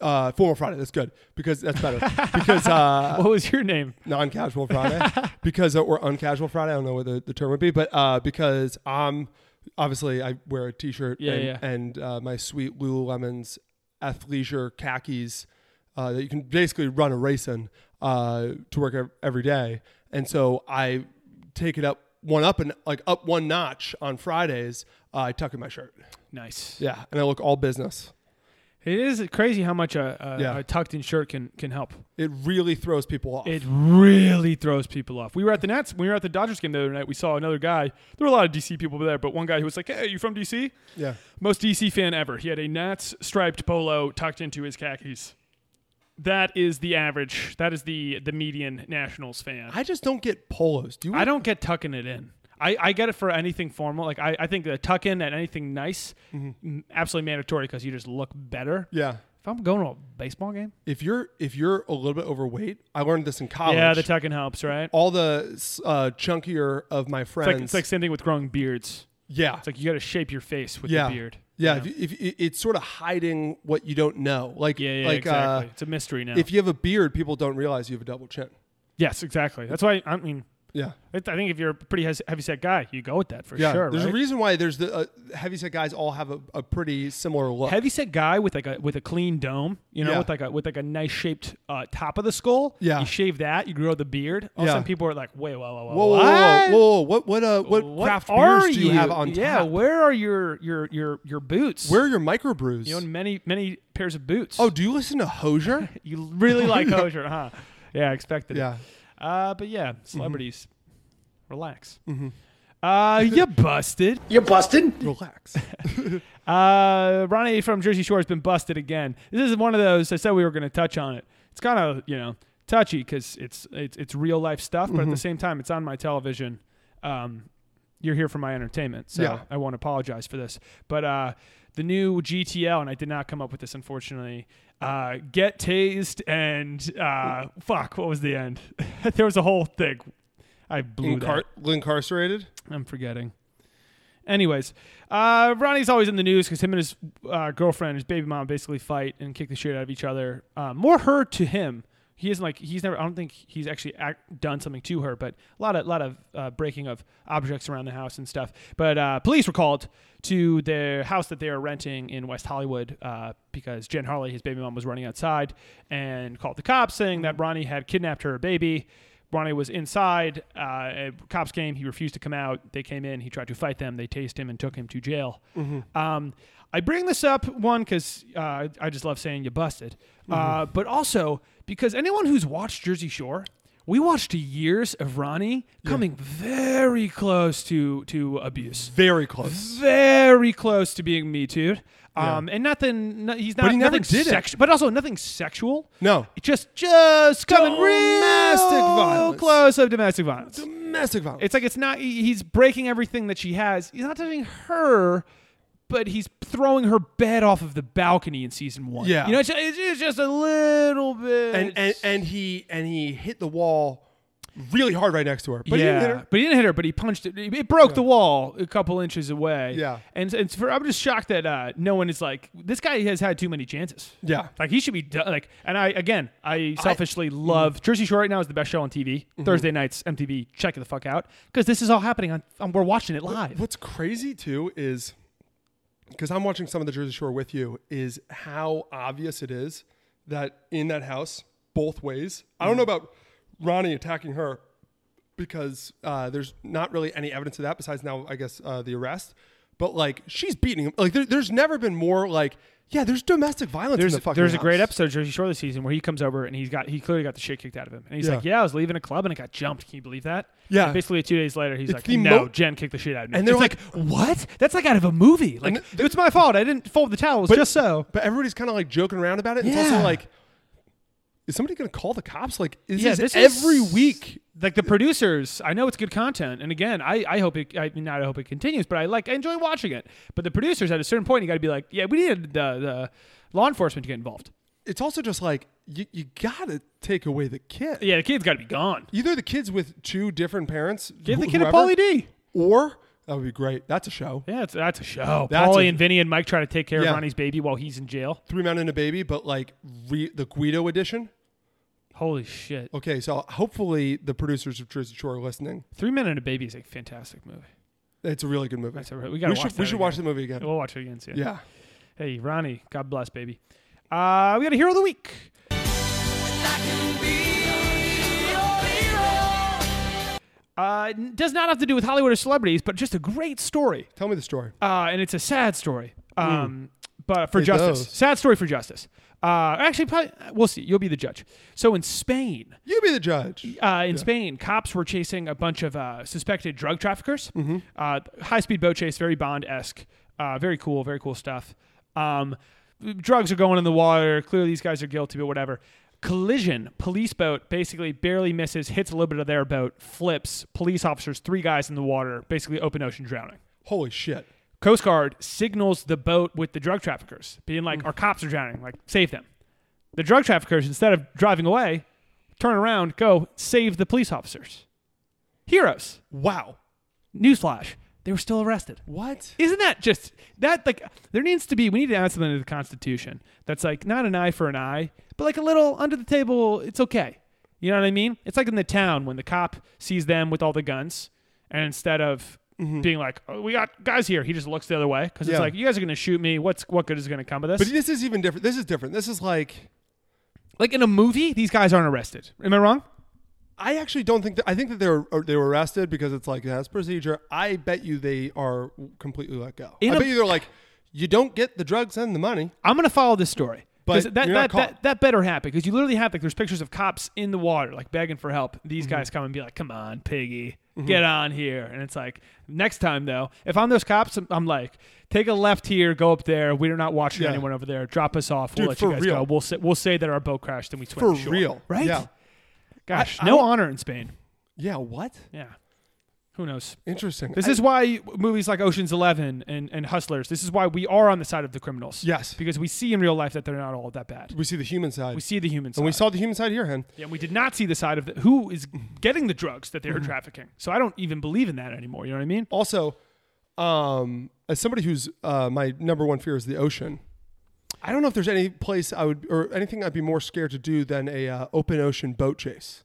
S8: Uh, formal Friday. That's good because that's better because uh,
S7: what was your name?
S8: non-casual Friday because uh, or uncasual Friday. I don't know what the, the term would be, but uh, because I'm obviously I wear a t-shirt
S7: Yeah,
S8: and,
S7: yeah.
S8: and uh, my sweet Lululemon's athleisure khakis uh, that you can basically run a race in uh, to work ev- every day, and so I take it up one up and like up one notch on Fridays. Uh, I tuck in my shirt,
S7: Nice.
S8: yeah, and I look all business.
S7: It is crazy how much a, a,
S8: Yeah.
S7: a tucked-in shirt can can help.
S8: It really throws people off.
S7: It really throws people off. We were at the Nets. We were at the Dodgers game the other night. We saw another guy. There were a lot of DC people there, but one guy who was like, "Hey, you from DC?"
S8: yeah,
S7: Most DC fan ever. He had a Nats striped polo tucked into his khakis. That is the average. That is the the median Nationals fan.
S8: I just don't get polos. Do you?
S7: I don't get tucking it in. I, I get it for anything formal. Like I, I think the tuck in and anything nice, m- absolutely mandatory because you just look better.
S8: Mm-hmm. Yeah.
S7: If I'm going to a baseball game,
S8: if you're if you're a little bit overweight, I learned this in college.
S7: yeah, the tucking helps, right?
S8: all the uh, chunkier of my
S7: It's
S8: friends.
S7: like, it's like same thing with growing beards.
S8: yeah,
S7: It's like you got to shape your face with
S8: yeah,
S7: the beard.
S8: Yeah, If, if, it's sort of hiding what you don't know. Like
S7: Yeah, yeah,
S8: like
S7: exactly.
S8: uh,
S7: it's a mystery now.
S8: if you have a beard, people don't realize you have a double chin.
S7: yes, exactly. That's why I mean
S8: Yeah.
S7: I th- I think if you're a pretty hes- heavy-set guy, you go with that for
S8: Yeah.
S7: sure.
S8: there's
S7: right?
S8: a reason why there's the uh, heavyset guys all have a, a pretty similar look.
S7: heavyset guy with like a with a clean dome, you know,
S8: Yeah.
S7: with like a with like a nice shaped uh, top of the skull.
S8: Yeah.
S7: you shave that, you grow the beard. All
S8: Yeah.
S7: of a sudden, people are like, "Wait, whoa, whoa, whoa,
S8: Whoa, whoa,
S7: what?
S8: whoa, whoa, whoa. What, what, uh, what,
S7: What
S8: craft
S7: are
S8: beers do you have on
S7: Yeah,
S8: tap?
S7: where are your your your your boots?
S8: Where are your microbrews?
S7: you own many many pairs of boots.
S8: oh, do you listen to Hosier?
S7: you really like kosher, huh? Yeah, I expected. it.
S8: yeah.
S7: Uh, but yeah, celebrities, relax. Uh, you busted.
S8: Relax.
S7: Uh, Ronnie from Jersey Shore has been busted again. This is one of those. I said we were going to touch on it. It's kind of you know touchy because it's it's it's real life stuff, but at the same time, it's on my television. Um, you're here for my entertainment, so
S8: Yeah.
S7: I won't apologize for this. But uh, the new GTL, and I did not come up with this unfortunately. Uh, get tased and uh, fuck. What was the end? there was a whole thing. I blew that.
S8: Incar- incarcerated?
S7: I'm forgetting. Anyways, uh, Ronnie's always in the news because him and his uh, girlfriend, his baby mom, basically fight and kick the shit out of each other. Uh, more her to him. He isn't like he's never. I don't think he's actually act, done something to her, but a lot of lot of uh, breaking of objects around the house and stuff. But uh, police were called to their house that they are renting in West Hollywood uh, because Jen Harley, his baby mom, was running outside and called the cops saying that Ronnie had kidnapped her baby. Ronnie was inside. Uh, uh, cops came. He refused to come out. They came in. He tried to fight them. They tased him and took him to jail. Um, I bring this up one because uh, I just love saying you busted, uh, but also because anyone who's watched Jersey Shore, we watched years of Ronnie coming very close to to abuse,
S8: Very close.
S7: very close to being me too. Um, and nothing. No, he's not.
S8: he never
S7: nothing
S8: did it.
S7: sexu- But also nothing sexual.
S8: No.
S7: It just just coming
S8: Domestic
S7: real
S8: violence.
S7: close of domestic violence.
S8: Domestic violence.
S7: It's like it's not. he- He's breaking everything that she has. He's not touching her, but he's throwing her bed off of the balcony in season one.
S8: Yeah.
S7: you know, it's just, it's just a little bit.
S8: and, and and he and he hit the wall really hard right next to her. But
S7: yeah,
S8: he didn't hit her.
S7: but he didn't hit her. But he punched it. It broke the wall a couple inches away.
S8: Yeah.
S7: and it's for, I'm just shocked that uh, no one is like this guy has had too many chances.
S8: Yeah. Mm-hmm.
S7: like he should be do- like. And I again, I selfishly love Jersey Shore right now is the best show on TV. Thursday nights MTV, check it the fuck out because this is all happening on, on. We're watching it live.
S8: What's crazy too is because I'm watching some of the Jersey Shore with you is how obvious it is that in that house both ways. I don't know about Ronnie attacking her because uh, there's not really any evidence of that besides now I guess uh, the arrest. But like she's beating him. Like there, there's never been more like yeah. There's domestic violence
S7: There's,
S8: in the fucking.
S7: there's a great
S8: house.
S7: episode of Jersey Shore this season where he comes over and he's got he clearly got the shit kicked out of him and he's
S8: Yeah.
S7: like yeah I was leaving a club and it got jumped can you believe that
S8: Yeah.
S7: And basically two days later he's
S8: It's
S7: like
S8: the
S7: no
S8: mo-
S7: Jen kicked the shit out of me
S8: And they're
S7: It's what that's like out of a movie like it's my fault I didn't fold the towels just so
S8: But everybody's kind of like joking around about it. It's
S7: Yeah.
S8: also like, is somebody going to call the cops? Like, is
S7: yeah
S8: this
S7: this
S8: every
S7: is-
S8: week?
S7: like the producers I know it's good content and again I I hope it I mean not I hope it continues but I like I enjoy watching it but the producers at a certain point you got to be like yeah we needed the the law enforcement to get involved
S8: It's also just like you, you got to take away the kid.
S7: yeah the kid's got to be gone
S8: Either the kid's with two different parents.
S7: give the
S8: wh-
S7: kid a
S8: whoever,
S7: Pauly D.
S8: Or that would be great. That's a show.
S7: Yeah, it's, that's a show.
S8: That's
S7: Paulie
S8: a-
S7: and Vinny and Mike try to take care
S8: Yeah.
S7: of Ronnie's baby while he's in jail.
S8: Three Men and a Baby, but like re, the Guido edition.
S7: Holy shit!
S8: Okay, so hopefully the producers of Jersey Shore are listening.
S7: Three Men and a Baby is a fantastic movie.
S8: It's a really good movie.
S7: That's a, we gotta
S8: we
S7: watch.
S8: should,
S7: that
S8: we should
S7: again.
S8: watch the movie again.
S7: We'll watch it again soon.
S8: yeah.
S7: Hey, Ronnie, God bless, baby. Uh, we got a hero of the week. Uh, n- does not have to do with Hollywood or celebrities, but just a great story.
S8: Tell me the story.
S7: uh, and it's a sad story.
S8: Hmm.
S7: Um, But for
S8: Hey,
S7: justice,
S8: those.
S7: sad story for justice. Uh, actually, probably we'll see. You'll be the judge. So in Spain,
S8: You be the judge.
S7: uh, in Spain, cops were chasing a bunch of uh, suspected drug traffickers. Uh, High speed boat chase, very Bond esque, uh, very cool, very cool stuff. Um, drugs are going in the water. Clearly, these guys are guilty, but whatever. Collision, police boat basically barely misses, hits a little bit of their boat, flips. Police officers, three guys in the water, basically open ocean drowning.
S8: Holy shit.
S7: Coast Guard signals the boat with the drug traffickers, being like, "Our cops are drowning. Like, save them." The drug traffickers, instead of driving away, turn around, go save the police officers. Heroes.
S8: Wow.
S7: Newsflash: They were still arrested.
S8: What?
S7: Isn't that just that like there needs to be we need to add something to the Constitution that's like not an eye for an eye, but like a little under the table, it's okay. You know what I mean? It's like in the town when the cop sees them with all the guns, and instead of being like, oh, "We got guys here," he just looks the other way because
S8: Mm-hmm. Yeah.
S7: it's like, "You guys are gonna shoot me. What's what good is gonna come of this?"
S8: But this is even different. This is different. This is like
S7: like in a movie, these guys aren't arrested. Am I wrong?
S8: I actually don't think that I think that they were they were arrested because it's like that's procedure. I bet you they are completely let go.
S7: In
S8: I
S7: a-
S8: bet you they're like, you don't get the drugs and the money.
S7: I'm gonna follow this story.
S8: But
S7: 'Cause that,
S8: you're not
S7: that, that,
S8: caught.
S7: that better happen because you literally have like there's pictures of cops in the water like begging for help. These
S8: Mm-hmm.
S7: guys come and be like, "Come on, piggy, get on here." And it's like next time though, if I'm those cops, I'm, I'm like, "Take a left here, go up there. We're not watching
S8: Yeah.
S7: anyone over there. Drop us off.
S8: Dude,
S7: we'll let you
S8: for
S7: guys
S8: real.
S7: go. We'll say, we'll say that our boat crashed and we swam
S8: For
S7: ashore."
S8: real.
S7: right?
S8: Yeah.
S7: Gosh,
S8: I- I
S7: no
S8: don't-
S7: honor in Spain.
S8: Yeah. What?
S7: Yeah, who knows?
S8: Interesting.
S7: This
S8: I-
S7: is why movies like Ocean's Eleven and, and Hustlers. This is why we are on the side of the criminals.
S8: Yes.
S7: because we see in real life that they're not all that bad.
S8: we see the human side.
S7: We see the human side.
S8: and we saw the human side here, Hen.
S7: Yeah, and we did not see the side of the, who is getting the drugs that they
S8: Mm-hmm.
S7: are trafficking. So I don't even believe in that anymore. You know what I mean?
S8: Also, um, as somebody who's uh, my number one fear is the ocean. I don't know if there's any place I would or anything I'd be more scared to do than a uh, open ocean boat chase.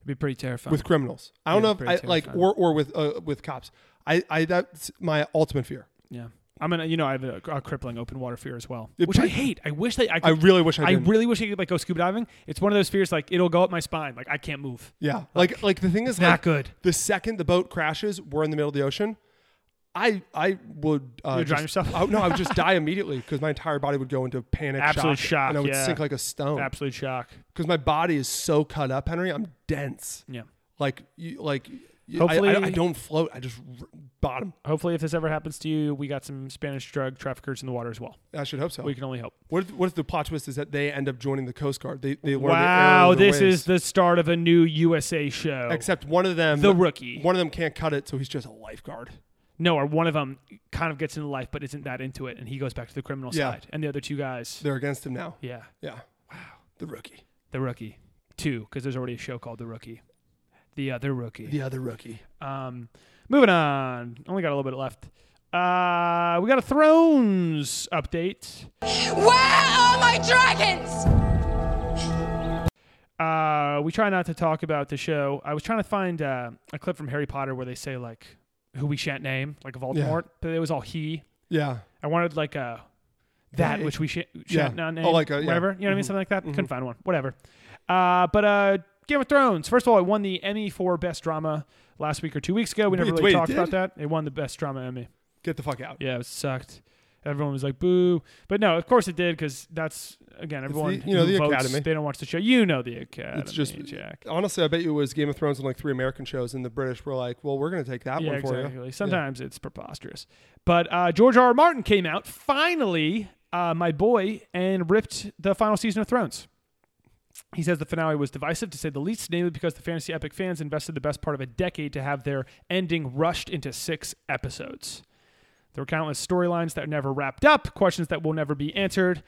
S7: It'd be pretty terrifying.
S8: with criminals. I don't
S7: Yeah,
S8: know if
S7: pretty
S8: I, like
S7: terrifying.
S8: or or with uh, with cops. I, I that's my ultimate fear.
S7: yeah, I'm gonna. You know, I have a, a crippling open water fear as well,
S8: It-
S7: which I hate. I wish that I. Could,
S8: I really wish I
S7: I
S8: didn't.
S7: really wish I could like go scuba diving. It's one of those fears like it'll go up my spine. Like I can't move.
S8: yeah, like like the thing is
S7: not
S8: like,
S7: good.
S8: The second the boat crashes, we're in the middle of the ocean. I I would uh,
S7: You'd
S8: just-
S7: drown yourself?
S8: I- no, I would just die immediately because my entire body would go into panic,
S7: Absolute shock,
S8: and I would
S7: yeah.
S8: sink like a stone
S7: Absolute shock.
S8: because my body is so cut up, Henry. I'm dense.
S7: Yeah.
S8: Like you like. you- I- I,
S7: Hopefully-
S8: I, don't float. I just r- bottom.
S7: Hopefully, if this ever happens to you, we got some Spanish drug traffickers in the water as well.
S8: I should hope so.
S7: We can only hope.
S8: what, if, what if the plot twist is that they end up joining the Coast Guard? They, they learn the error
S7: Wow,
S8: of their
S7: this
S8: ways.
S7: is the start of a new USA show.
S8: Except one of them,
S7: Oh. The rookie.
S8: One of them can't cut it, so he's just a lifeguard.
S7: no, or one of them kind of gets into life but isn't that into it, and he goes back to the criminal
S8: Yeah.
S7: side, and the other two guys,
S8: They're against him now.
S7: yeah,
S8: Yeah. Wow. The rookie.
S7: the rookie, two, because there's already a show called The Rookie, the other rookie.
S8: The other rookie.
S7: Um, moving on, only got a little bit left. Uh, we got a Thrones update.
S9: Where are my dragons?
S7: Uh, we try not to talk about the show. I was trying to find uh, a clip from Harry Potter where they say like who we shan't name, like Voldemort, but it was all he.
S8: Yeah.
S7: I wanted like a that
S8: Yeah,
S7: which we sh- shan't
S8: yeah.
S7: not
S8: Oh,
S7: name,
S8: like a- yeah. Mm-hmm.
S7: whatever. You know what I mean? Something like that. Couldn't find one. Whatever. Uh, but uh, Game of Thrones. First of all, it won the Emmy for Best Drama last week or two weeks ago. We never
S8: Wait,
S7: really
S8: wait, it
S7: talked about
S8: did?
S7: that. It won the Best Drama Emmy.
S8: Get the fuck out.
S7: Yeah, it sucked. Everyone was like, "Boo!" But no, of course it did because that's again everyone.
S8: you know,
S7: who
S8: the
S7: votes,
S8: Academy.
S7: They don't watch the show. You know the Academy.
S8: It's just
S7: Jack.
S8: honestly, I bet you it was Game of Thrones and like three American shows, and the British were like, "Well, we're gonna take that
S7: Yeah,
S8: one for
S7: exactly.
S8: you."
S7: Sometimes it's preposterous. But uh, George R. R. Martin came out finally, uh, my boy, and ripped the final season of Thrones. He says the finale was divisive, to say the least, namely because the fantasy epic fans invested the best part of a decade to have their ending rushed into six episodes. There were countless storylines that never wrapped up, questions that will never be answered.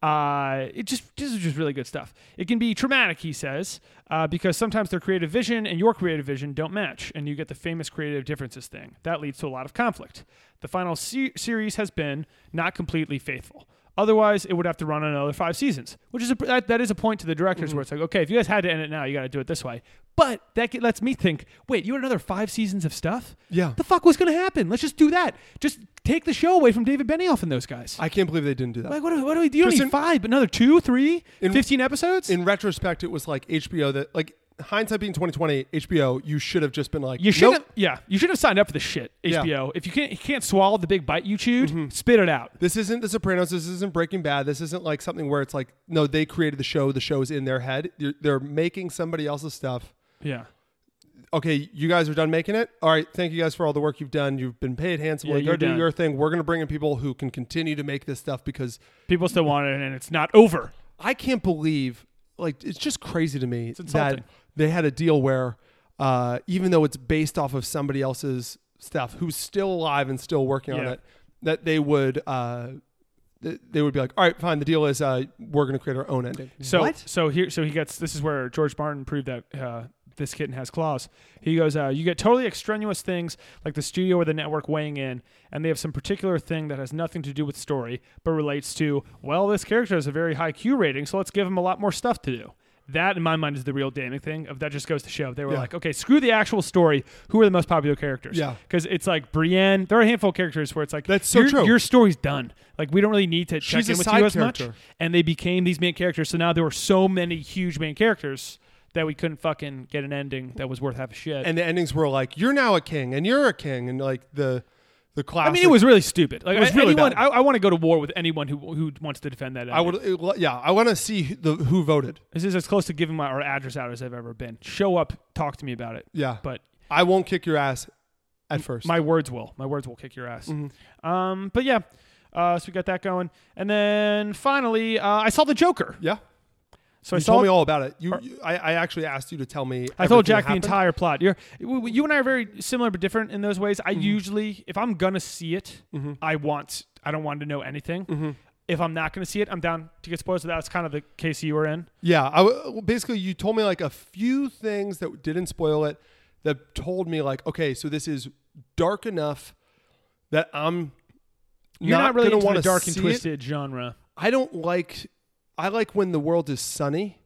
S7: Uh, it just this is just really good stuff. It can be traumatic, he says, uh, because sometimes their creative vision and your creative vision don't match, and you get the famous creative differences thing. That leads to a lot of conflict. The final se- series has been not completely faithful. Otherwise, it would have to run another five seasons, which is a, that, that is a point to the directors where it's like, okay, if you guys had to end it now, you got to do it this way. But that get, lets me think, wait, you had another five seasons of stuff?
S8: Yeah.
S7: The fuck was going to happen? Let's just do that. Just take the show away from David Benioff and those guys.
S8: I can't believe they didn't do that.
S7: Like, what, do- what do we do? You don't
S8: Just
S7: need
S8: in-
S7: five, but another two, three,
S8: In-
S7: 15 episodes?
S8: in retrospect, it was like HBO that like hindsight being twenty twenty. HBO, you should have just been like,
S7: you should
S8: "Nope,
S7: have, yeah, you should have signed up for this shit,
S8: Yeah. Mm-hmm.
S7: HBO. If you can't, you can't swallow the big bite you chewed, spit it out.
S8: This isn't The Sopranos. This isn't Breaking Bad. This isn't like something where it's like, no, they created the show. The show is in their head. You're, they're making somebody else's stuff.
S7: Yeah.
S8: Okay, you guys are done making it. All right, thank you guys for all the work you've done. You've been paid handsomely.
S7: Yeah, you're
S8: Go do
S7: done.
S8: your thing. We're gonna bring in people who can continue to make this stuff because
S7: People still want it, and it's not over.
S8: I can't believe, like, it's just crazy to me that
S7: insulting.
S8: they had a deal where, uh, even though it's based off of somebody else's stuff who's still alive and still working on
S7: Yeah.
S8: it, that they would, uh, th- they would be like, all right, fine. The deal is, uh, we're going to create our own ending.
S7: So
S8: what?
S7: so here so he gets this is where George Martin proved that uh, this kitten has claws. He goes, uh, you get totally extraneous things like the studio or the network weighing in, and they have some particular thing that has nothing to do with story, but relates to well, this character has a very high Q rating, so let's give him a lot more stuff to do. That in my mind is the real damning thing. Of that just goes to show they were
S8: Yeah.
S7: like, okay, screw the actual story. Who are the most popular characters?
S8: Yeah.
S7: because it's like Brienne. There are a handful of characters where it's like
S8: That's so
S7: your,
S8: true.
S7: Your story's done. Like we don't really need to check
S8: She's
S7: in
S8: a
S7: with
S8: side
S7: you as much.
S8: character.
S7: And they became these main characters. So now there were so many huge main characters that we couldn't fucking get an ending that was worth half a shit.
S8: and the endings were like you're now a king and you're a king and like the the class.
S7: I mean, it was really stupid. Like,
S8: It was
S7: I-
S8: really
S7: anyone,
S8: bad.
S7: I, I want to go to war with anyone who who wants to defend that.
S8: I would it- yeah. I want to see who- the who voted.
S7: This is as close to giving my our address out as I've ever been. Show up, talk to me about it.
S8: Yeah,
S7: But
S8: I won't kick your ass at first.
S7: my words will. My words will kick your ass.
S8: Mm-hmm.
S7: Um, but yeah, uh, so we got that going, and then finally, uh, I saw the Joker.
S8: yeah.
S7: So I
S8: You
S7: saw
S8: told me all about it. You, you I, I actually asked you to tell me.
S7: I
S8: everything
S7: told
S8: that
S7: Jack the
S8: happened.
S7: entire plot. You're, w- w- you and I are very similar but different in those ways.
S8: Mm-hmm.
S7: I usually, if I'm gonna see it, I want. I don't want to know anything.
S8: Mm-hmm.
S7: If I'm not gonna see it, I'm down to get spoiled. So that's kind of the case you were in.
S8: Yeah, I w- basically you told me like a few things that didn't spoil it that told me like okay, so this is dark enough that I'm
S7: You're not, really
S8: gonna
S7: into
S8: wanna
S7: the dark and
S8: see it.
S7: twisted genre.
S8: I don't like I like when the world is sunny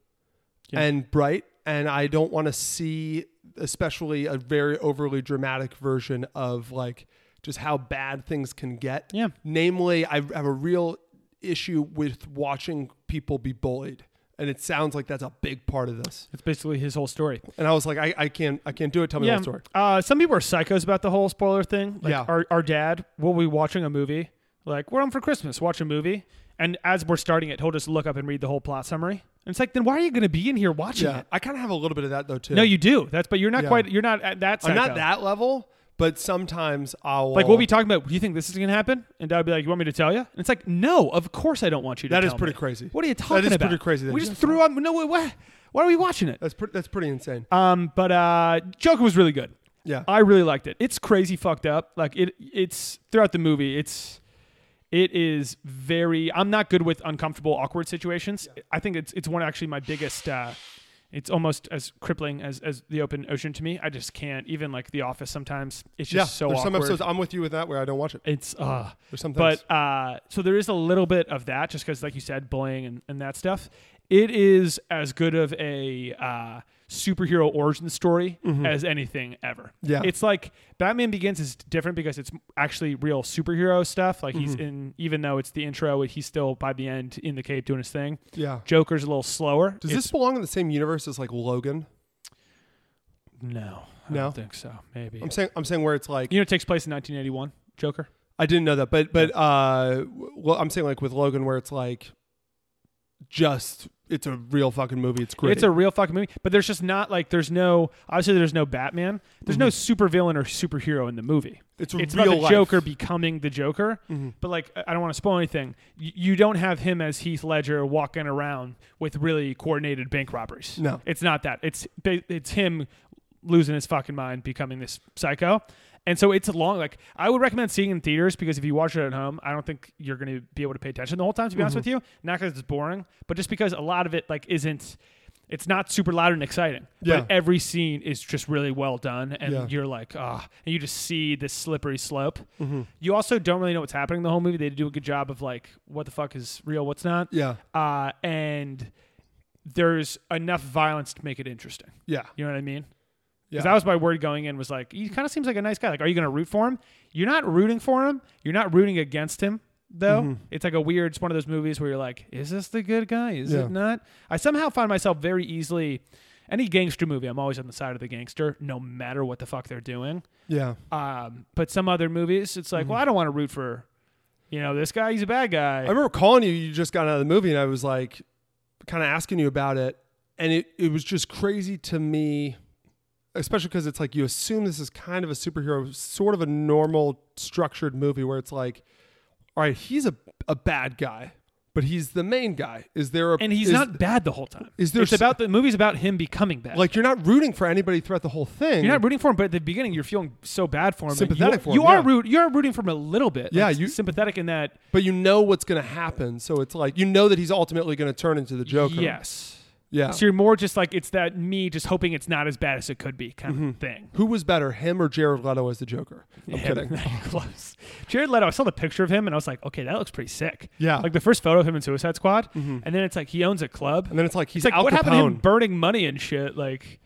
S7: Yeah.
S8: and bright and I don't want to see especially a very overly dramatic version of like just how bad things can get.
S7: Yeah.
S8: Namely, I have a real issue with watching people be bullied. And it sounds like that's a big part of this.
S7: It's basically his whole story.
S8: And I was like, I, I can't I can't do it. Tell me the
S7: Yeah.
S8: whole story.
S7: Uh, some people are psychos about the whole spoiler thing. Like
S8: Yeah.
S7: Our, our dad will be watching a movie. Like, we're on for Christmas, watch a movie. And as we're starting it, he'll just look up and read the whole plot summary. And it's like, then why are you going to be in here watching
S8: Yeah.
S7: it?
S8: I kind of have a little bit of that though too.
S7: No, you do. That's, but you're not
S8: Yeah.
S7: quite, you're not at that
S8: I'm not
S7: psycho.
S8: that level, but sometimes I'll
S7: Like, we'll be talking about, do you think this is going to happen? And dad would be like, you want me to tell you? And it's like, no, of course I don't want you to
S8: That is
S7: tell
S8: pretty
S7: me."
S8: crazy.
S7: What are you
S8: That
S7: talking about?
S8: is pretty crazy that
S7: We
S8: you
S7: just
S8: said Uh,
S7: threw on, no, wait, what? Why are we watching it?
S8: that's pretty that's pretty insane.
S7: Um, but uh, Joker was really good.
S8: yeah.
S7: I really liked it. It's crazy fucked up. Like it it's throughout the movie, it's it is very I'm not good with uncomfortable awkward situations. I think it's it's one of actually my biggest uh it's almost as crippling as as the open ocean to me. I just can't even like The Office sometimes. It's just
S8: yeah.
S7: so
S8: there's
S7: awkward.
S8: some episodes I'm with you with that where I don't watch it.
S7: it's uh
S8: There's some things.
S7: but uh so there is a little bit of that just because like you said bullying and, and that stuff it is as good of a uh superhero origin story as anything ever
S8: Mm-hmm. Yeah.
S7: it's like batman begins is different because it's actually real superhero stuff like he's
S8: Mm-hmm.
S7: in even though it's the intro he's still by the end in the cape doing his thing
S8: Yeah.
S7: joker's a little slower
S8: Does
S7: It's-
S8: this belong in the same universe as like Logan?
S7: no i
S8: No?
S7: don't think so maybe
S8: I'm saying I'm saying where it's like
S7: you know it takes place in 1981 joker
S8: I didn't know that, but but uh, w- well, I'm saying like with Logan where it's like just it's a real fucking movie. It's great.
S7: It's a real fucking movie, but there's just not like there's no obviously there's no Batman, there's no supervillain or superhero in the movie.
S8: Mm-hmm. It's
S7: it's
S8: real
S7: about the
S8: life. Mm-hmm.
S7: Joker becoming the Joker, but like I I don't want to spoil anything. Y- you don't have him as Heath Ledger walking around with really coordinated bank robberies.
S8: No.
S7: it's not that. It's ba- it's him losing his fucking mind, becoming this psycho. And so it's long. Like I would recommend seeing in theaters because if you watch it at home, I don't think you're going to be able to pay attention the whole time. To be honest
S8: Mm-hmm.
S7: with you, not because it's boring, but just because a lot of it like isn't. It's not super loud and exciting,
S8: Yeah.
S7: but every scene is just really well done, and
S8: Yeah.
S7: you're like, ah, and you just see this slippery slope.
S8: Mm-hmm.
S7: You also don't really know what's happening the whole movie. They do a good job of like, what the fuck is real, what's not.
S8: yeah
S7: Uh, and there's enough violence to make it interesting.
S8: yeah
S7: You know what I mean?
S8: yeah.
S7: Because that was my word going in was like, he kind of seems like a nice guy. Like, are you going to root for him? You're not rooting for him. You're not rooting against him, though.
S8: Mm-hmm.
S7: It's like a weird, it's one of those movies where you're like, is this the good guy? Is
S8: Yeah.
S7: it not? I somehow find myself very easily, any gangster movie, I'm always on the side of the gangster, no matter what the fuck they're doing.
S8: yeah.
S7: Um, but some other movies, it's like,
S8: Mm-hmm.
S7: well, I don't want to root for, you know, this guy. He's a bad guy.
S8: I remember calling you. You just got out of the movie, and I was like, kind of asking you about it, and it it was just crazy to me, especially because it's like you assume this is kind of a superhero, sort of a normal structured movie where it's like, all right, he's a a bad guy, but he's the main guy. Is there a
S7: and he's
S8: is-
S7: not bad the whole time.
S8: is there
S7: it's
S8: s-
S7: about the movie's about him becoming bad.
S8: like you're not rooting for anybody throughout the whole thing?
S7: You're not rooting for him, but at the beginning you're feeling so bad for him. and
S8: Sympathetic
S7: you,
S8: for him,
S7: You are
S8: yeah.
S7: root. You are rooting for him a little bit.
S8: Yeah,
S7: like,
S8: you-
S7: sympathetic in that.
S8: but you know what's going to happen, so it's like you know that he's ultimately going to turn into the Joker.
S7: Yes.
S8: Yeah.
S7: So you're more just like it's that me just hoping it's not as bad as it could be kind
S8: Mm-hmm.
S7: of thing.
S8: Who was better, him or Jared Leto as the Joker? I'm
S7: Him.
S8: kidding.
S7: Close. Jared Leto. I saw the picture of him and I was like, okay, that looks pretty sick.
S8: Yeah. Mm-hmm.
S7: Like the first photo of him in Suicide Squad, and then it's like he owns a club,
S8: And then it's like he's
S7: it's like
S8: Al
S7: what happened to him
S8: Capone.
S7: burning money and shit. Like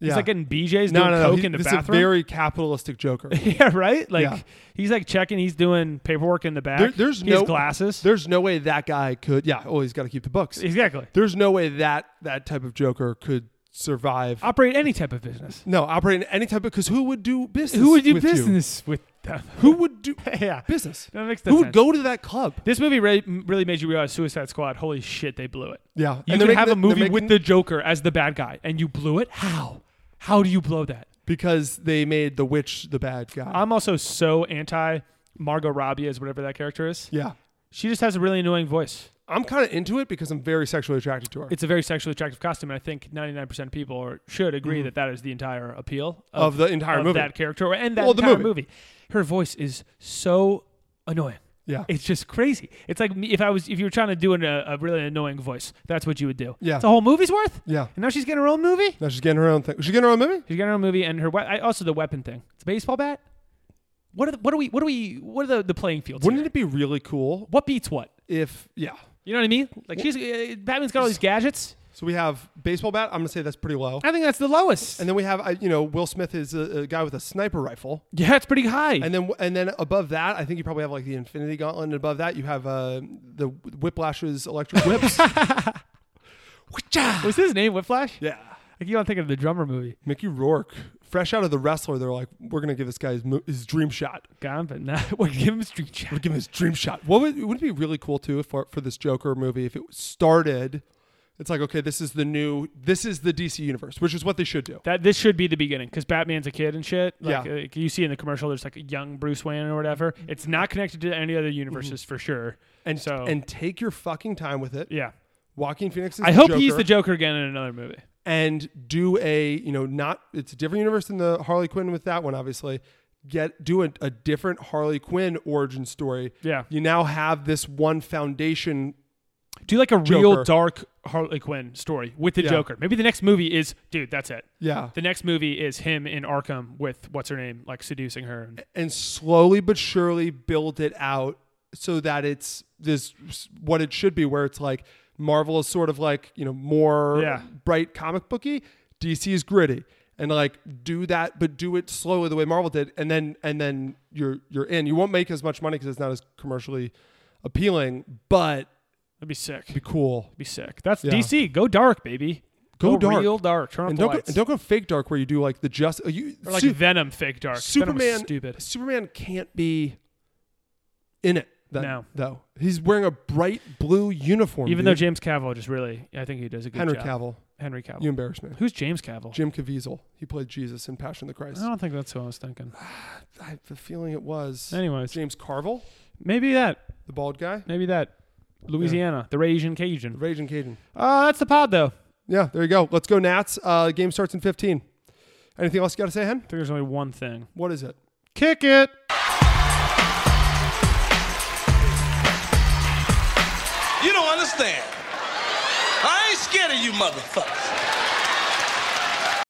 S7: he's
S8: Yeah.
S7: like getting BJ's
S8: No,
S7: doing
S8: no, no.
S7: coke
S8: he-
S7: in the
S8: this
S7: bathroom.
S8: is a very capitalistic Joker.
S7: yeah, right. Like
S8: Yeah.
S7: he's like checking. He's doing paperwork in the back.
S8: There- there's
S7: he
S8: no
S7: has glasses.
S8: There's no way that guy could. Yeah. Oh, he's got to keep the books.
S7: exactly.
S8: There's no way that that type of Joker could survive.
S7: Operate any type of business.
S8: no, operate in any type of because who would do business?
S7: Who would do
S8: with you?
S7: business with them?
S8: Who would do
S7: Yeah.
S8: business?
S7: That makes
S8: who would
S7: sense.
S8: go to that club?
S7: This movie re- really made you realize Suicide Squad. Holy shit, they blew it.
S8: Yeah.
S7: you
S8: And
S7: could
S8: they're
S7: have a
S8: making the- they're
S7: movie with
S8: making-
S7: the Joker as the bad guy, and you blew it. How? How do you blow that?
S8: Because they made the witch the bad guy.
S7: I'm also so anti Margot Robbie as whatever that character is.
S8: yeah.
S7: She just has a really annoying voice.
S8: I'm kind of into it because I'm very sexually attracted to her.
S7: It's a very sexually attractive costume, and I think 99% of people are, should agree that that is the entire appeal
S8: Mm-hmm. Of the entire
S7: of
S8: movie.
S7: that character and that
S8: Well, the
S7: entire movie.
S8: movie.
S7: Her voice is so annoying.
S8: yeah.
S7: It's just crazy. It's like me- if I was if you were trying to do an, a, a really annoying voice, that's what you would do.
S8: Yeah.
S7: it's a whole movie's worth.
S8: Yeah.
S7: and now she's getting her own movie.
S8: now she's getting her own thing. She's getting her own movie.
S7: She's getting her own movie, and her we- I, also the weapon thing. It's a baseball bat. What are the, what are we what are we what are the, the playing fields?
S8: Wouldn't
S7: here?
S8: it be really cool
S7: What beats what?
S8: if yeah?
S7: You know what I mean? Like she's uh, Batman's got all these gadgets.
S8: So we have baseball bat. I'm gonna say that's pretty low.
S7: I think that's the lowest.
S8: And then we have I- you know Will Smith is a, a guy with a sniper rifle.
S7: yeah, it's pretty high.
S8: And then and then above that, I think you probably have like the Infinity Gauntlet. And above that, you have uh, the Whiplash's electric whips.
S7: was his name Whiplash?
S8: yeah.
S7: I keep on thinking of the drummer movie.
S8: Mickey Rourke, fresh out of the wrestler, they're like, we're gonna give this guy his, mo- his dream shot.
S7: Gone, but not. Well, give him a street chat.
S8: Give him his dream shot. What would, would it be really cool too for for this Joker movie if it started? It's like okay, this is the new, this is the DC universe, which is what they should do.
S7: That this should be the beginning because Batman's a kid and shit. Like,
S8: Yeah.
S7: like, you see in the commercial, there's like a young Bruce Wayne or whatever. It's not connected to any other universes for sure.
S8: Mm-hmm. And
S7: so
S8: and take your fucking time with it.
S7: yeah,
S8: Joaquin Phoenix. Is
S7: I
S8: the
S7: hope
S8: Joker.
S7: he's the Joker again in another movie.
S8: and do a you know not it's a different universe than the Harley Quinn with that one obviously get do a, a different Harley Quinn origin story
S7: Yeah.
S8: you now have this one foundation
S7: Do like a real
S8: Joker.
S7: dark Harley Quinn story with the
S8: Yeah.
S7: Joker. Maybe the next movie is dude. That's it.
S8: yeah
S7: The next movie is him in Arkham with what's her name, like seducing her. and-
S8: and slowly but surely build it out so that it's this what it should be where it's like Marvel is sort of like you know more
S7: Yeah.
S8: bright comic booky DC is gritty and like do that but do it slowly the way Marvel did and then and then you're you're in you won't make as much money because it's not as commercially appealing but
S7: That'd be sick.
S8: be cool
S7: be sick. That's
S8: Yeah.
S7: DC. Go dark, baby.
S8: Go dark.
S7: real dark. Turn off
S8: and
S7: the
S8: don't go,
S7: lights.
S8: and don't go fake dark where you do like the just you
S7: or like
S8: Su-
S7: Venom, fake dark. Venom was
S8: Superman
S7: stupid.
S8: Superman can't be in it. That,
S7: No.
S8: though he's wearing a bright blue uniform.
S7: Even though
S8: dude.
S7: James Cavill just really, I think he does a good
S8: Henry
S7: job.
S8: Cavill,
S7: Henry Cavill.
S8: you embarrass me.
S7: Who's James Cavill?
S8: Jim Caviezel, he played Jesus in Passion of the Christ.
S7: I don't think that's who I was thinking.
S8: I have the feeling it was.
S7: Anyways.
S8: James Carville,
S7: Maybe that.
S8: the bald guy,
S7: Maybe that. Louisiana, the Raging Cajun.
S8: Raging Cajun.
S7: Uh, that's the pod, though. I
S8: Yeah, there you go. Let's go Nats. Uh, game starts in fifteen. Anything else you got to say, Hen?
S7: think there's only one thing.
S8: What is it?
S7: Kick it.
S10: You don't understand. I ain't scared of you motherfuckers.